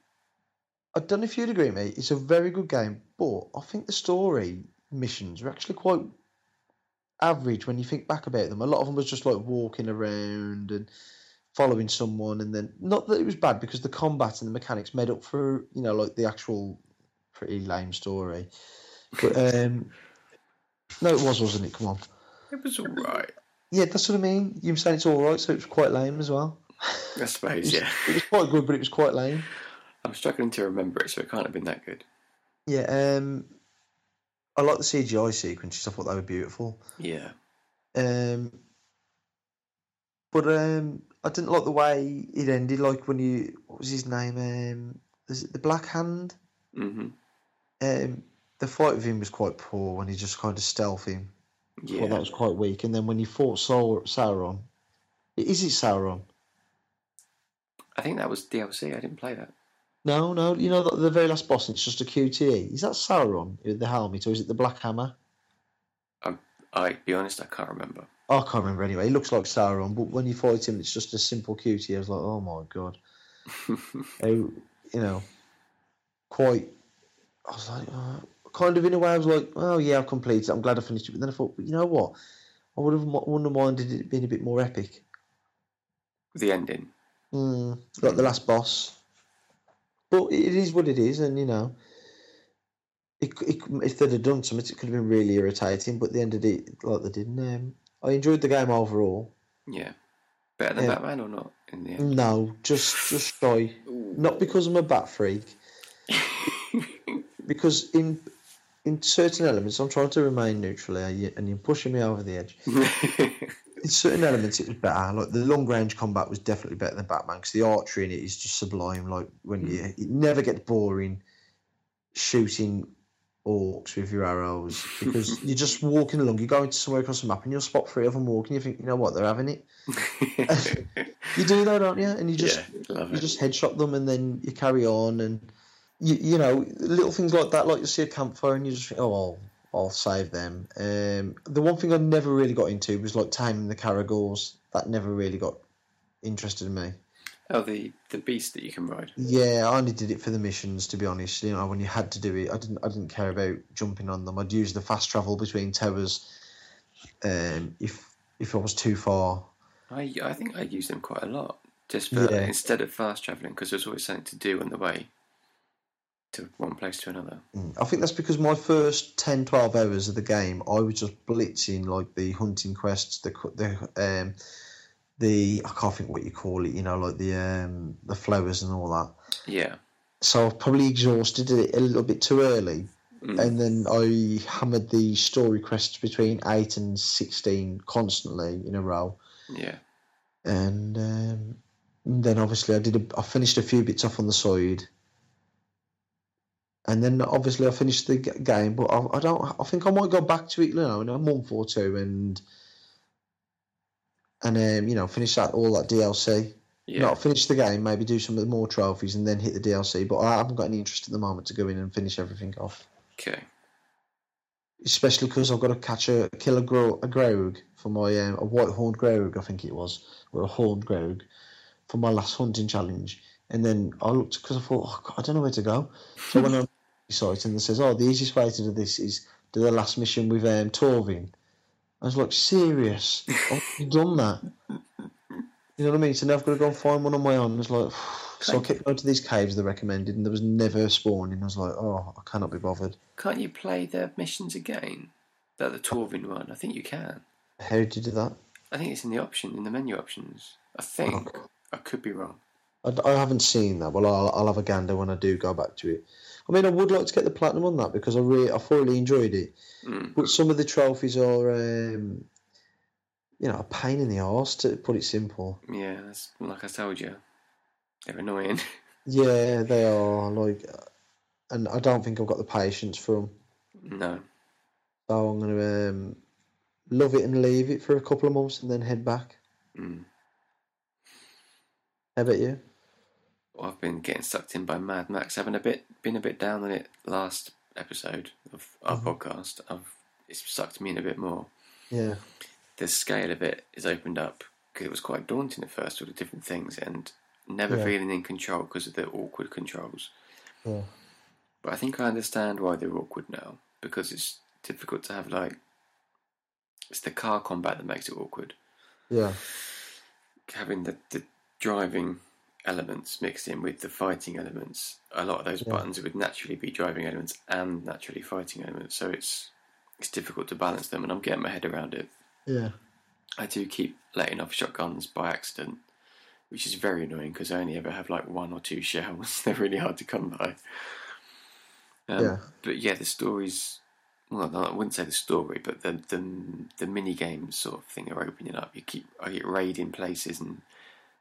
[SPEAKER 1] I don't know if you'd agree with me. It's a very good game, but I think the story missions are actually quite average when you think back about them. A lot of them was just like walking around and following someone, and then not that it was bad because the combat and the mechanics made up for you know like the actual pretty lame story. But um, no, it was, wasn't it? Come on.
[SPEAKER 2] It was alright.
[SPEAKER 1] Yeah, that's what I mean. You're saying it's all right, so it was quite lame as well.
[SPEAKER 2] I suppose, yeah.
[SPEAKER 1] It was quite good, but it was quite lame.
[SPEAKER 2] I'm struggling to remember it, so it can't have been that good.
[SPEAKER 1] Yeah, um, I like the CGI sequences. I thought they were beautiful.
[SPEAKER 2] Yeah.
[SPEAKER 1] Um, but um, I didn't like the way it ended. Like when you, what was his name? Um, is it the Black Hand?
[SPEAKER 2] hmm
[SPEAKER 1] Um, the fight with him was quite poor when he just kind of stealth him.
[SPEAKER 2] Yeah.
[SPEAKER 1] Well, that was quite weak. And then when he fought Saur- Sauron, is it Sauron?
[SPEAKER 2] I think that was DLC. I didn't play that.
[SPEAKER 1] No, no. You know the, the very last boss. and It's just a QTE. Is that Sauron with the helmet, or is it the Black Hammer?
[SPEAKER 2] I be honest, I can't remember.
[SPEAKER 1] I can't remember anyway. He looks like Sauron, but when you fight him, it's just a simple cutie. I was like, oh my god. Uh, you know, quite. I was like, uh, kind of in a way, I was like, oh yeah, I've completed it. I'm glad I finished it. But then I thought, but you know what? I would have mo- wouldn't have minded it being a bit more epic.
[SPEAKER 2] the ending.
[SPEAKER 1] Mm, like the last boss. But it is what it is, and you know, it, c- it, c- if they'd have done something, it could have been really irritating. But at the end of it, like they didn't. Um, I enjoyed the game overall.
[SPEAKER 2] Yeah. Better than
[SPEAKER 1] Yeah.
[SPEAKER 2] Batman or not in the end?
[SPEAKER 1] No, just just shy. Not because I'm a bat freak. because in in certain elements, I'm trying to remain neutral here, you- and you're pushing me over the edge. In certain elements, it was better. Like the long range combat was definitely better than Batman because the archery in it is just sublime. Like when you, it never gets boring shooting orcs with your arrows because you're just walking along. You go into somewhere across the map and you'll spot three of them walking. You think, you know what, they're having it. You do though, don't you? And you just
[SPEAKER 2] yeah, love
[SPEAKER 1] you
[SPEAKER 2] it.
[SPEAKER 1] just headshot them and then you carry on and you, you know little things like that like you see a campfire and you just think oh I'll, I'll save them um, the one thing I never really got into was like timing the caragors that never really got interested in me
[SPEAKER 2] Oh, the the beast that you can ride.
[SPEAKER 1] yeah I only did it for the missions to be honest you know when you had to do it I didn't I didn't care about jumping on them I'd use the fast travel between towers um, if if I was too far
[SPEAKER 2] I I think I used them quite a lot. Just for
[SPEAKER 1] Yeah.
[SPEAKER 2] instead of fast traveling, because there's always something to do on the way to one place to another.
[SPEAKER 1] Mm. I think that's because my first 10, 12 hours of the game, I was just blitzing like the hunting quests, the cu- the um, the I can't think what you call it, you know, like the um, the flowers and all that.
[SPEAKER 2] Yeah.
[SPEAKER 1] So I've probably exhausted it a little bit too early,
[SPEAKER 2] Mm.
[SPEAKER 1] and then I hammered the story quests between eight and sixteen constantly in a row,
[SPEAKER 2] Yeah.
[SPEAKER 1] and um, then obviously I did a, I finished a few bits off on the side, and then obviously I finished the g- game. But I, I don't. I think I might go back to it, you know, in a month or two, and and um, you know, finish that all that DLC.
[SPEAKER 2] Yeah.
[SPEAKER 1] Not finish the game, maybe do some of the more trophies and then hit the DLC. But I haven't got any interest at the moment to go in and finish everything off,
[SPEAKER 2] Okay.
[SPEAKER 1] especially because I've got to catch a kill a, gro- a Grogue for my um, a white horned Grogue, I think it was, or a horned Grogue for my last hunting challenge. And then I looked because I thought, oh, God, I don't know where to go. So I went on the site and it says, oh, the easiest way to do this is do the last mission with um, Torvin. I was like, serious? I've done that. You know what I mean? So now I've got to go and find one on my own. I was like, so I kept going to these caves they recommended, and there was never spawning. I was like, oh, I cannot be bothered.
[SPEAKER 2] Can't you play the missions again? That the Torvin one? I think you can.
[SPEAKER 1] How did you do that?
[SPEAKER 2] I think it's in the option, in the menu options. I think. I could be wrong.
[SPEAKER 1] I, I haven't seen that. Well, I'll, I'll have a gander when I do go back to it. I mean, I would like to get the platinum on that because I really, I thoroughly enjoyed it.
[SPEAKER 2] Mm.
[SPEAKER 1] But some of the trophies are, um, you know, a pain in the arse to put it simple.
[SPEAKER 2] Yeah, that's like I told you. They're annoying.
[SPEAKER 1] Yeah, they are like, uh, and I don't think I've got the patience for them.
[SPEAKER 2] no.
[SPEAKER 1] So I'm gonna um, love it and leave it for a couple of months and then head back.
[SPEAKER 2] Mm.
[SPEAKER 1] How about you?
[SPEAKER 2] I've been getting sucked in by Mad Max. Having a bit been a bit down on it last episode of our podcast. I've it's sucked me in a bit more.
[SPEAKER 1] Yeah,
[SPEAKER 2] The scale of it is opened up because it was quite daunting at first, all the different things, and never
[SPEAKER 1] Yeah.
[SPEAKER 2] feeling in control because of the awkward controls.
[SPEAKER 1] yeah,
[SPEAKER 2] But I think I understand why they're awkward now because it's difficult to have like it's the car combat that makes it awkward.
[SPEAKER 1] yeah,
[SPEAKER 2] having the, the driving elements mixed in with the fighting elements, a lot of those
[SPEAKER 1] Yeah.
[SPEAKER 2] buttons would naturally be driving elements and naturally fighting elements. So it's it's difficult to balance them, and I'm getting my head around it.
[SPEAKER 1] yeah.
[SPEAKER 2] I do keep letting off shotguns by accident, which is very annoying because I only ever have like one or two shells. They're really hard to come by. Um,
[SPEAKER 1] Yeah.
[SPEAKER 2] But yeah, the stories. Well, no, I wouldn't say the story, but the the the mini games sort of thing are opening up. You keep I get raiding places and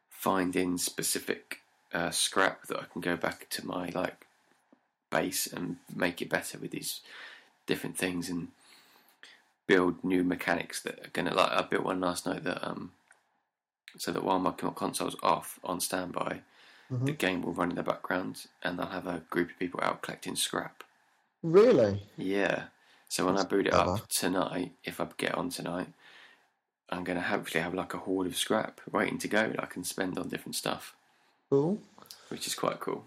[SPEAKER 2] finding specific uh, scrap that I can go back to my like base and make it better with these different things and build new mechanics that are gonna like I built one last night that um so that while my con- console's off on standby, the game will run in the background and I'll have a group of people out collecting scrap.
[SPEAKER 1] Really?
[SPEAKER 2] Yeah. So when I boot it
[SPEAKER 1] clever.
[SPEAKER 2] up tonight, if I get on tonight, I'm gonna hopefully have like a hoard of scrap waiting to go that I can spend on different stuff,
[SPEAKER 1] Cool.
[SPEAKER 2] which is quite cool.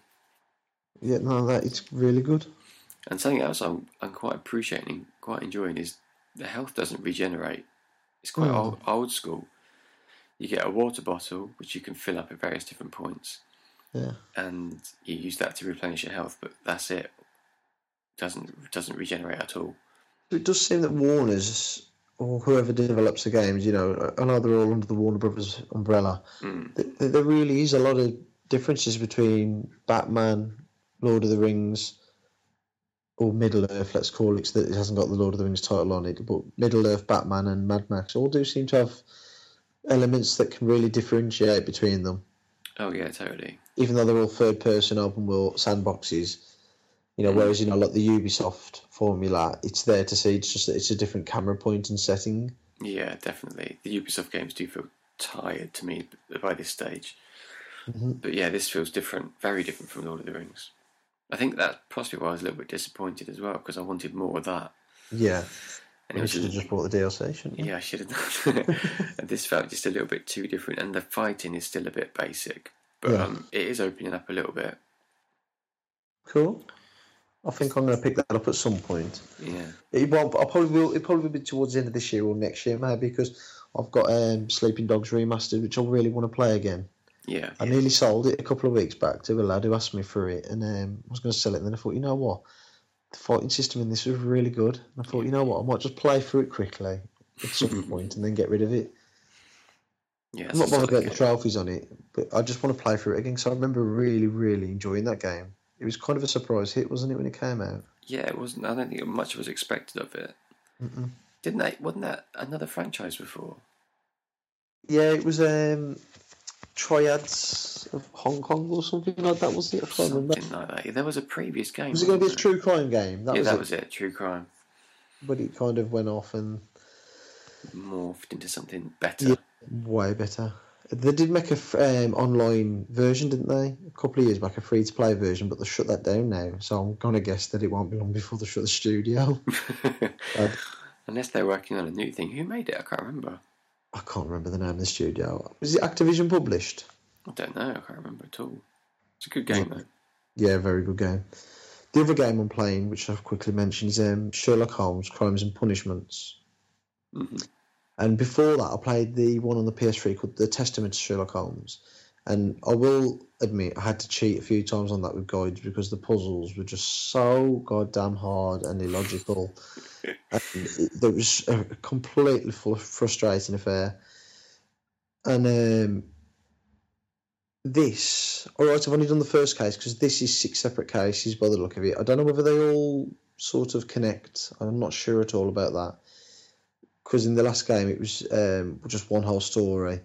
[SPEAKER 1] Yeah, no, that it's really good.
[SPEAKER 2] And something else I'm, I'm quite appreciating, quite enjoying is the health doesn't regenerate. It's quite
[SPEAKER 1] Hmm.
[SPEAKER 2] old, old school. You get a water bottle, which you can fill up at various different points,
[SPEAKER 1] Yeah,
[SPEAKER 2] and you use that to replenish your health. But that's it. Doesn't doesn't regenerate at all.
[SPEAKER 1] it does seem that Warner's or whoever develops the games, you know, I know they're all under the Warner Brothers umbrella.
[SPEAKER 2] Mm.
[SPEAKER 1] Th- th- There really is a lot of differences between Batman, Lord of the Rings, or Middle Earth. Let's call it so that it hasn't got the Lord of the Rings title on it, but Middle Earth, Batman, and Mad Max all do seem to have elements that can really differentiate between them.
[SPEAKER 2] Oh yeah, totally.
[SPEAKER 1] even though they're all third person open world sandboxes, you know, whereas you know, like the Ubisoft formula, it's there to see. It's just that it's a different camera point and setting.
[SPEAKER 2] Yeah, definitely. The Ubisoft games do feel tired to me by this stage.
[SPEAKER 1] Mm-hmm.
[SPEAKER 2] But yeah, this feels different, very different from Lord of the Rings. I think that's possibly why I was a little bit disappointed as well because I wanted more of that.
[SPEAKER 1] Yeah,
[SPEAKER 2] And it
[SPEAKER 1] you
[SPEAKER 2] was
[SPEAKER 1] should have just bought the DLC, shouldn't you?
[SPEAKER 2] Yeah, I should have done. and this felt just a little bit too different, and the fighting is still a bit basic, but
[SPEAKER 1] Yeah.
[SPEAKER 2] um, it is opening up a little bit.
[SPEAKER 1] Cool. I think I'm going to pick that up at some point.
[SPEAKER 2] Yeah,
[SPEAKER 1] It won't. I probably will. It probably will be towards the end of this year or next year, maybe, because I've got um, Sleeping Dogs remastered, which I really want to play again.
[SPEAKER 2] yeah,
[SPEAKER 1] I nearly sold it a couple of weeks back to a lad who asked me for it, and um, I was going to sell it. And then I thought, you know what, the fighting system in this was really good. And I thought, you know what, I might just play through it quickly at some point and then get rid of it.
[SPEAKER 2] yeah.
[SPEAKER 1] I'm not
[SPEAKER 2] so-
[SPEAKER 1] bothered about the trophies on it, but I just want to play through it again. So I remember really, really enjoying that game. It was kind of a surprise hit, wasn't it, when it came out?
[SPEAKER 2] Yeah, it wasn't. I don't think much was expected of it.
[SPEAKER 1] Mm-mm.
[SPEAKER 2] Didn't they? Wasn't that another franchise before?
[SPEAKER 1] Yeah, it was um, Triads of Hong Kong or something like that, was it? I can't remember.
[SPEAKER 2] Something like that. Yeah, There was a previous game.
[SPEAKER 1] Was it going to be a
[SPEAKER 2] wasn't
[SPEAKER 1] true crime game? That
[SPEAKER 2] there? Yeah,
[SPEAKER 1] was
[SPEAKER 2] that
[SPEAKER 1] it.
[SPEAKER 2] was it. True crime
[SPEAKER 1] But it kind of went off and
[SPEAKER 2] morphed into something better.
[SPEAKER 1] Yeah. way better. They did make a f- um, online version, didn't they? A couple of years back, a free to play version, but they shut that down now. So I'm gonna guess that it won't be long before they shut the studio. I'd-
[SPEAKER 2] Unless they're working on a new thing. Who made it? I can't remember.
[SPEAKER 1] I can't remember the name of the studio. Is it Activision published?
[SPEAKER 2] I don't know. I can't remember at all. It's a good game though.
[SPEAKER 1] Yeah, very good game. The other game I'm playing, which I've quickly mentioned, is um, Sherlock Holmes: Crimes and Punishments.
[SPEAKER 2] hmm
[SPEAKER 1] And before that, I played the one on the PS3 called The Testament of Sherlock Holmes. And I will admit, I had to cheat a few times on that with guides because the puzzles were just so goddamn hard and illogical. and it, it was a completely full, frustrating affair. And um, this, all right, I've only done the first case because this is six separate cases by the look of it. I don't know whether they all sort of connect. I'm not sure at all about that because in the last game it was um, just one whole story,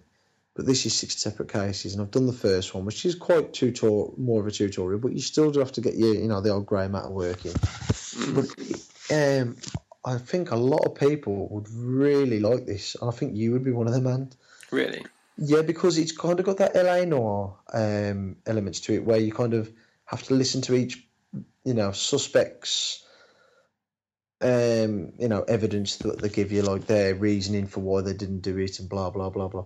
[SPEAKER 1] but this is six separate cases, and I've done the first one, which is quite tutor more of a tutorial, but you still do have to get your you know the old grey matter working.
[SPEAKER 2] Mm.
[SPEAKER 1] But um, I think a lot of people would really like this, and I think you would be one of them, man.
[SPEAKER 2] Really?
[SPEAKER 1] Yeah, because it's kind of got that LA noir um, elements to it, where you kind of have to listen to each, you know, suspect's, um, you know, evidence that they give you, like their reasoning for why they didn't do it, and blah blah blah blah,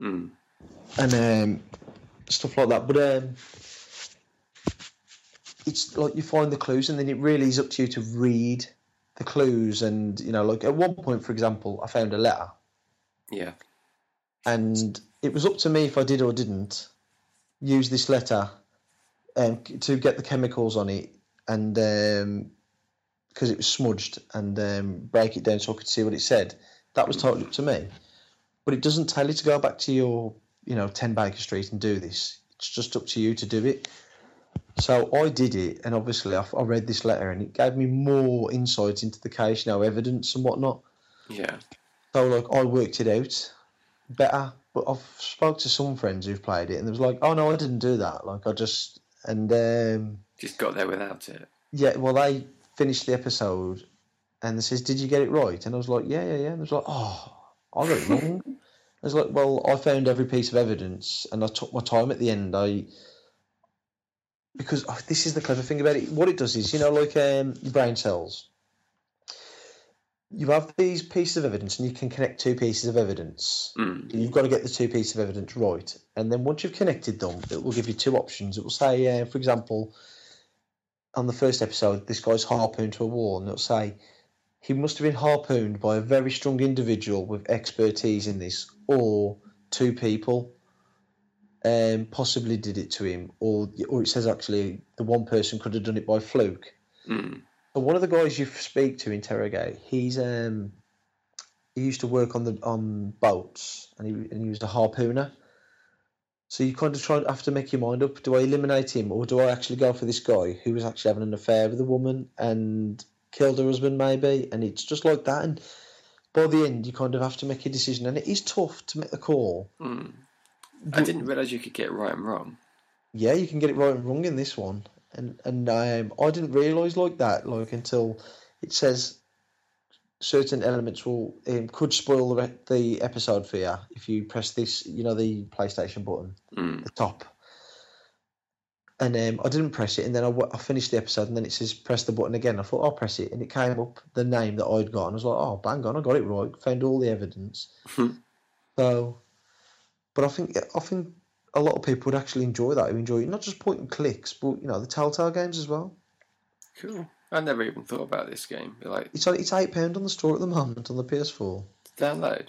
[SPEAKER 2] Mm.
[SPEAKER 1] and um, stuff like that. But um, it's like you find the clues, and then it really is up to you to read the clues, and you know, like at one point, for example, I found a letter
[SPEAKER 2] Yeah.
[SPEAKER 1] and it was up to me if I did or didn't use this letter um, c- to get the chemicals on it, and because it was smudged, and um, break it down so I could see what it said. That was totally up to me, but it doesn't tell you to go back to your, you know, ten Baker Street and do this. It's just up to you to do it. So I did it, and obviously I, f- I read this letter, and it gave me more insight into the case, you know, evidence and whatnot.
[SPEAKER 2] Yeah.
[SPEAKER 1] So like I worked it out better, but I've spoke to some friends who've played it and they was like, oh no, I didn't do that. Like I just and um,
[SPEAKER 2] Just got there without it.
[SPEAKER 1] yeah, well they finished the episode and they says, did you get it right? And I was like, yeah, yeah, yeah. And they was like, oh, I got it wrong. I was like, well, I found every piece of evidence and I took my time at the end. I because oh, this is the clever thing about it. What it does is, you know, like um, your brain cells you have these pieces of evidence and you can connect two pieces of evidence.
[SPEAKER 2] Mm.
[SPEAKER 1] You've got to get the two pieces of evidence right. And then once you've connected them, it will give you two options. It will say, uh, for example, on the first episode, this guy's harpooned to a wall, and it'll say, he must have been harpooned by a very strong individual with expertise in this, or two people um, possibly did it to him, or, or it says actually the one person could have done it by fluke.
[SPEAKER 2] Mm.
[SPEAKER 1] But one of the guys you speak to interrogate, he's um, he used to work on the on boats, and he and he was a harpooner. So you kind of try have to make your mind up: do I eliminate him, or do I actually go for this guy who was actually having an affair with a woman and killed her husband, maybe? And it's just like that. And by the end, you kind of have to make a decision, and it is tough to make the call.
[SPEAKER 2] Mm. I didn't realise you could get right and wrong.
[SPEAKER 1] yeah, you can get it right and wrong in this one, and and um, I didn't realise like that like until it says certain elements will um, could spoil the, re- the episode for you if you press this you know the PlayStation button
[SPEAKER 2] Mm.
[SPEAKER 1] the top, and um, I didn't press it, and then I, wa- I finished the episode, and then it says press the button again. I thought I'll press it, and it came up the name that I'd got, and I was like, oh bang on, I got it right, found all the evidence. so, but I think I think a lot of people would actually enjoy that. Who enjoy it, not just point and clicks, but you know the Telltale games as well.
[SPEAKER 2] Cool. I never even thought about this game. Like
[SPEAKER 1] It's it's eight pound on the store at the moment on the PS4.
[SPEAKER 2] download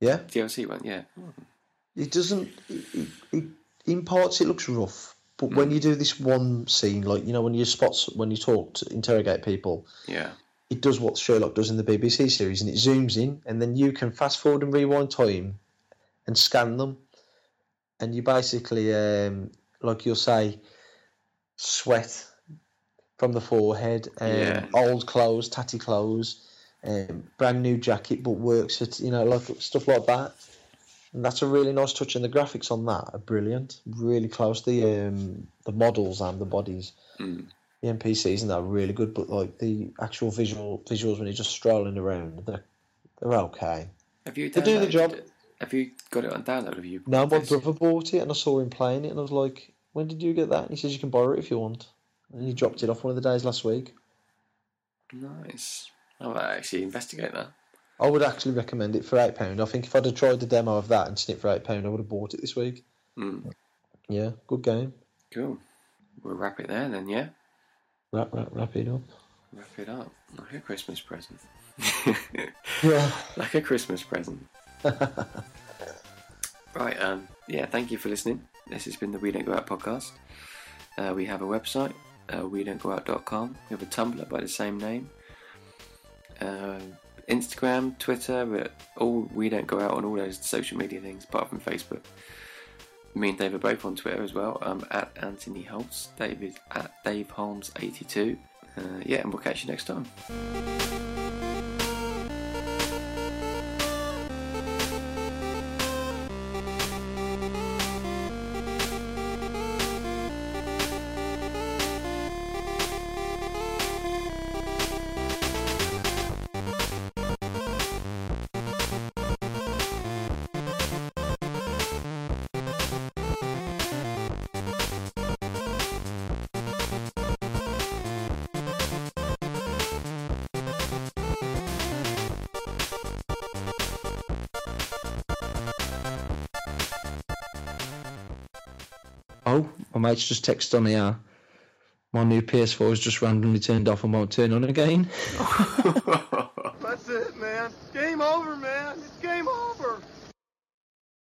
[SPEAKER 1] Yeah,
[SPEAKER 2] DLC one. Yeah. Mm.
[SPEAKER 1] it doesn't. It, it, it, in parts, it looks rough, but when you do this one scene, like you know when you spot when you talk to interrogate people.
[SPEAKER 2] Yeah.
[SPEAKER 1] it does what Sherlock does in the BBC series, and it zooms in, and then you can fast forward and rewind time, and scan them, and you basically, um, like you'll say, sweat from the forehead, um,
[SPEAKER 2] Yeah.
[SPEAKER 1] old clothes, tatty clothes, um, brand new jacket, but works at you know like stuff like that. And that's a really nice touch, and the graphics on that are brilliant. Really close the um, the models and the bodies
[SPEAKER 2] Mm.
[SPEAKER 1] the NPCs and that are really good, but like the actual visual visuals when you're just strolling around, they're, they're okay.
[SPEAKER 2] Have you
[SPEAKER 1] They do the
[SPEAKER 2] downloaded
[SPEAKER 1] job.
[SPEAKER 2] it? Have you got it on download? Have you?
[SPEAKER 1] No, my
[SPEAKER 2] bought this?
[SPEAKER 1] brother bought it and I saw him playing it and I was like, when did you get that? And he says, you can borrow it if you want. And he dropped it off one of the days last week.
[SPEAKER 2] Nice. I will actually investigate that.
[SPEAKER 1] I would actually recommend it for £8. I think if I'd have tried the demo of that and seen it for £8, I would have bought it this week.
[SPEAKER 2] Mm,
[SPEAKER 1] Yeah, good game.
[SPEAKER 2] cool. We'll wrap it there then, yeah?
[SPEAKER 1] Wrap, wrap, wrap it up.
[SPEAKER 2] Wrap it up. Like a Christmas present.
[SPEAKER 1] Yeah.
[SPEAKER 2] like a Christmas present. right, um, yeah, thank you for listening. This has been the We Don't Go Out podcast. Uh, we have a website, uh, we don't go out.com. We have a Tumblr by the same name. Uh, Instagram, Twitter, but all we don't go out on all those social media things apart from Facebook. Me and Dave are both on Twitter as well. I'm at Anthony Holmes. Dave is at Dave Holmes82. Uh, yeah, and we'll catch you next time.
[SPEAKER 1] Oh, my mate's just texted on here. My new PS4 is just randomly turned off and won't turn on again.
[SPEAKER 3] That's it, man. Game over, man. It's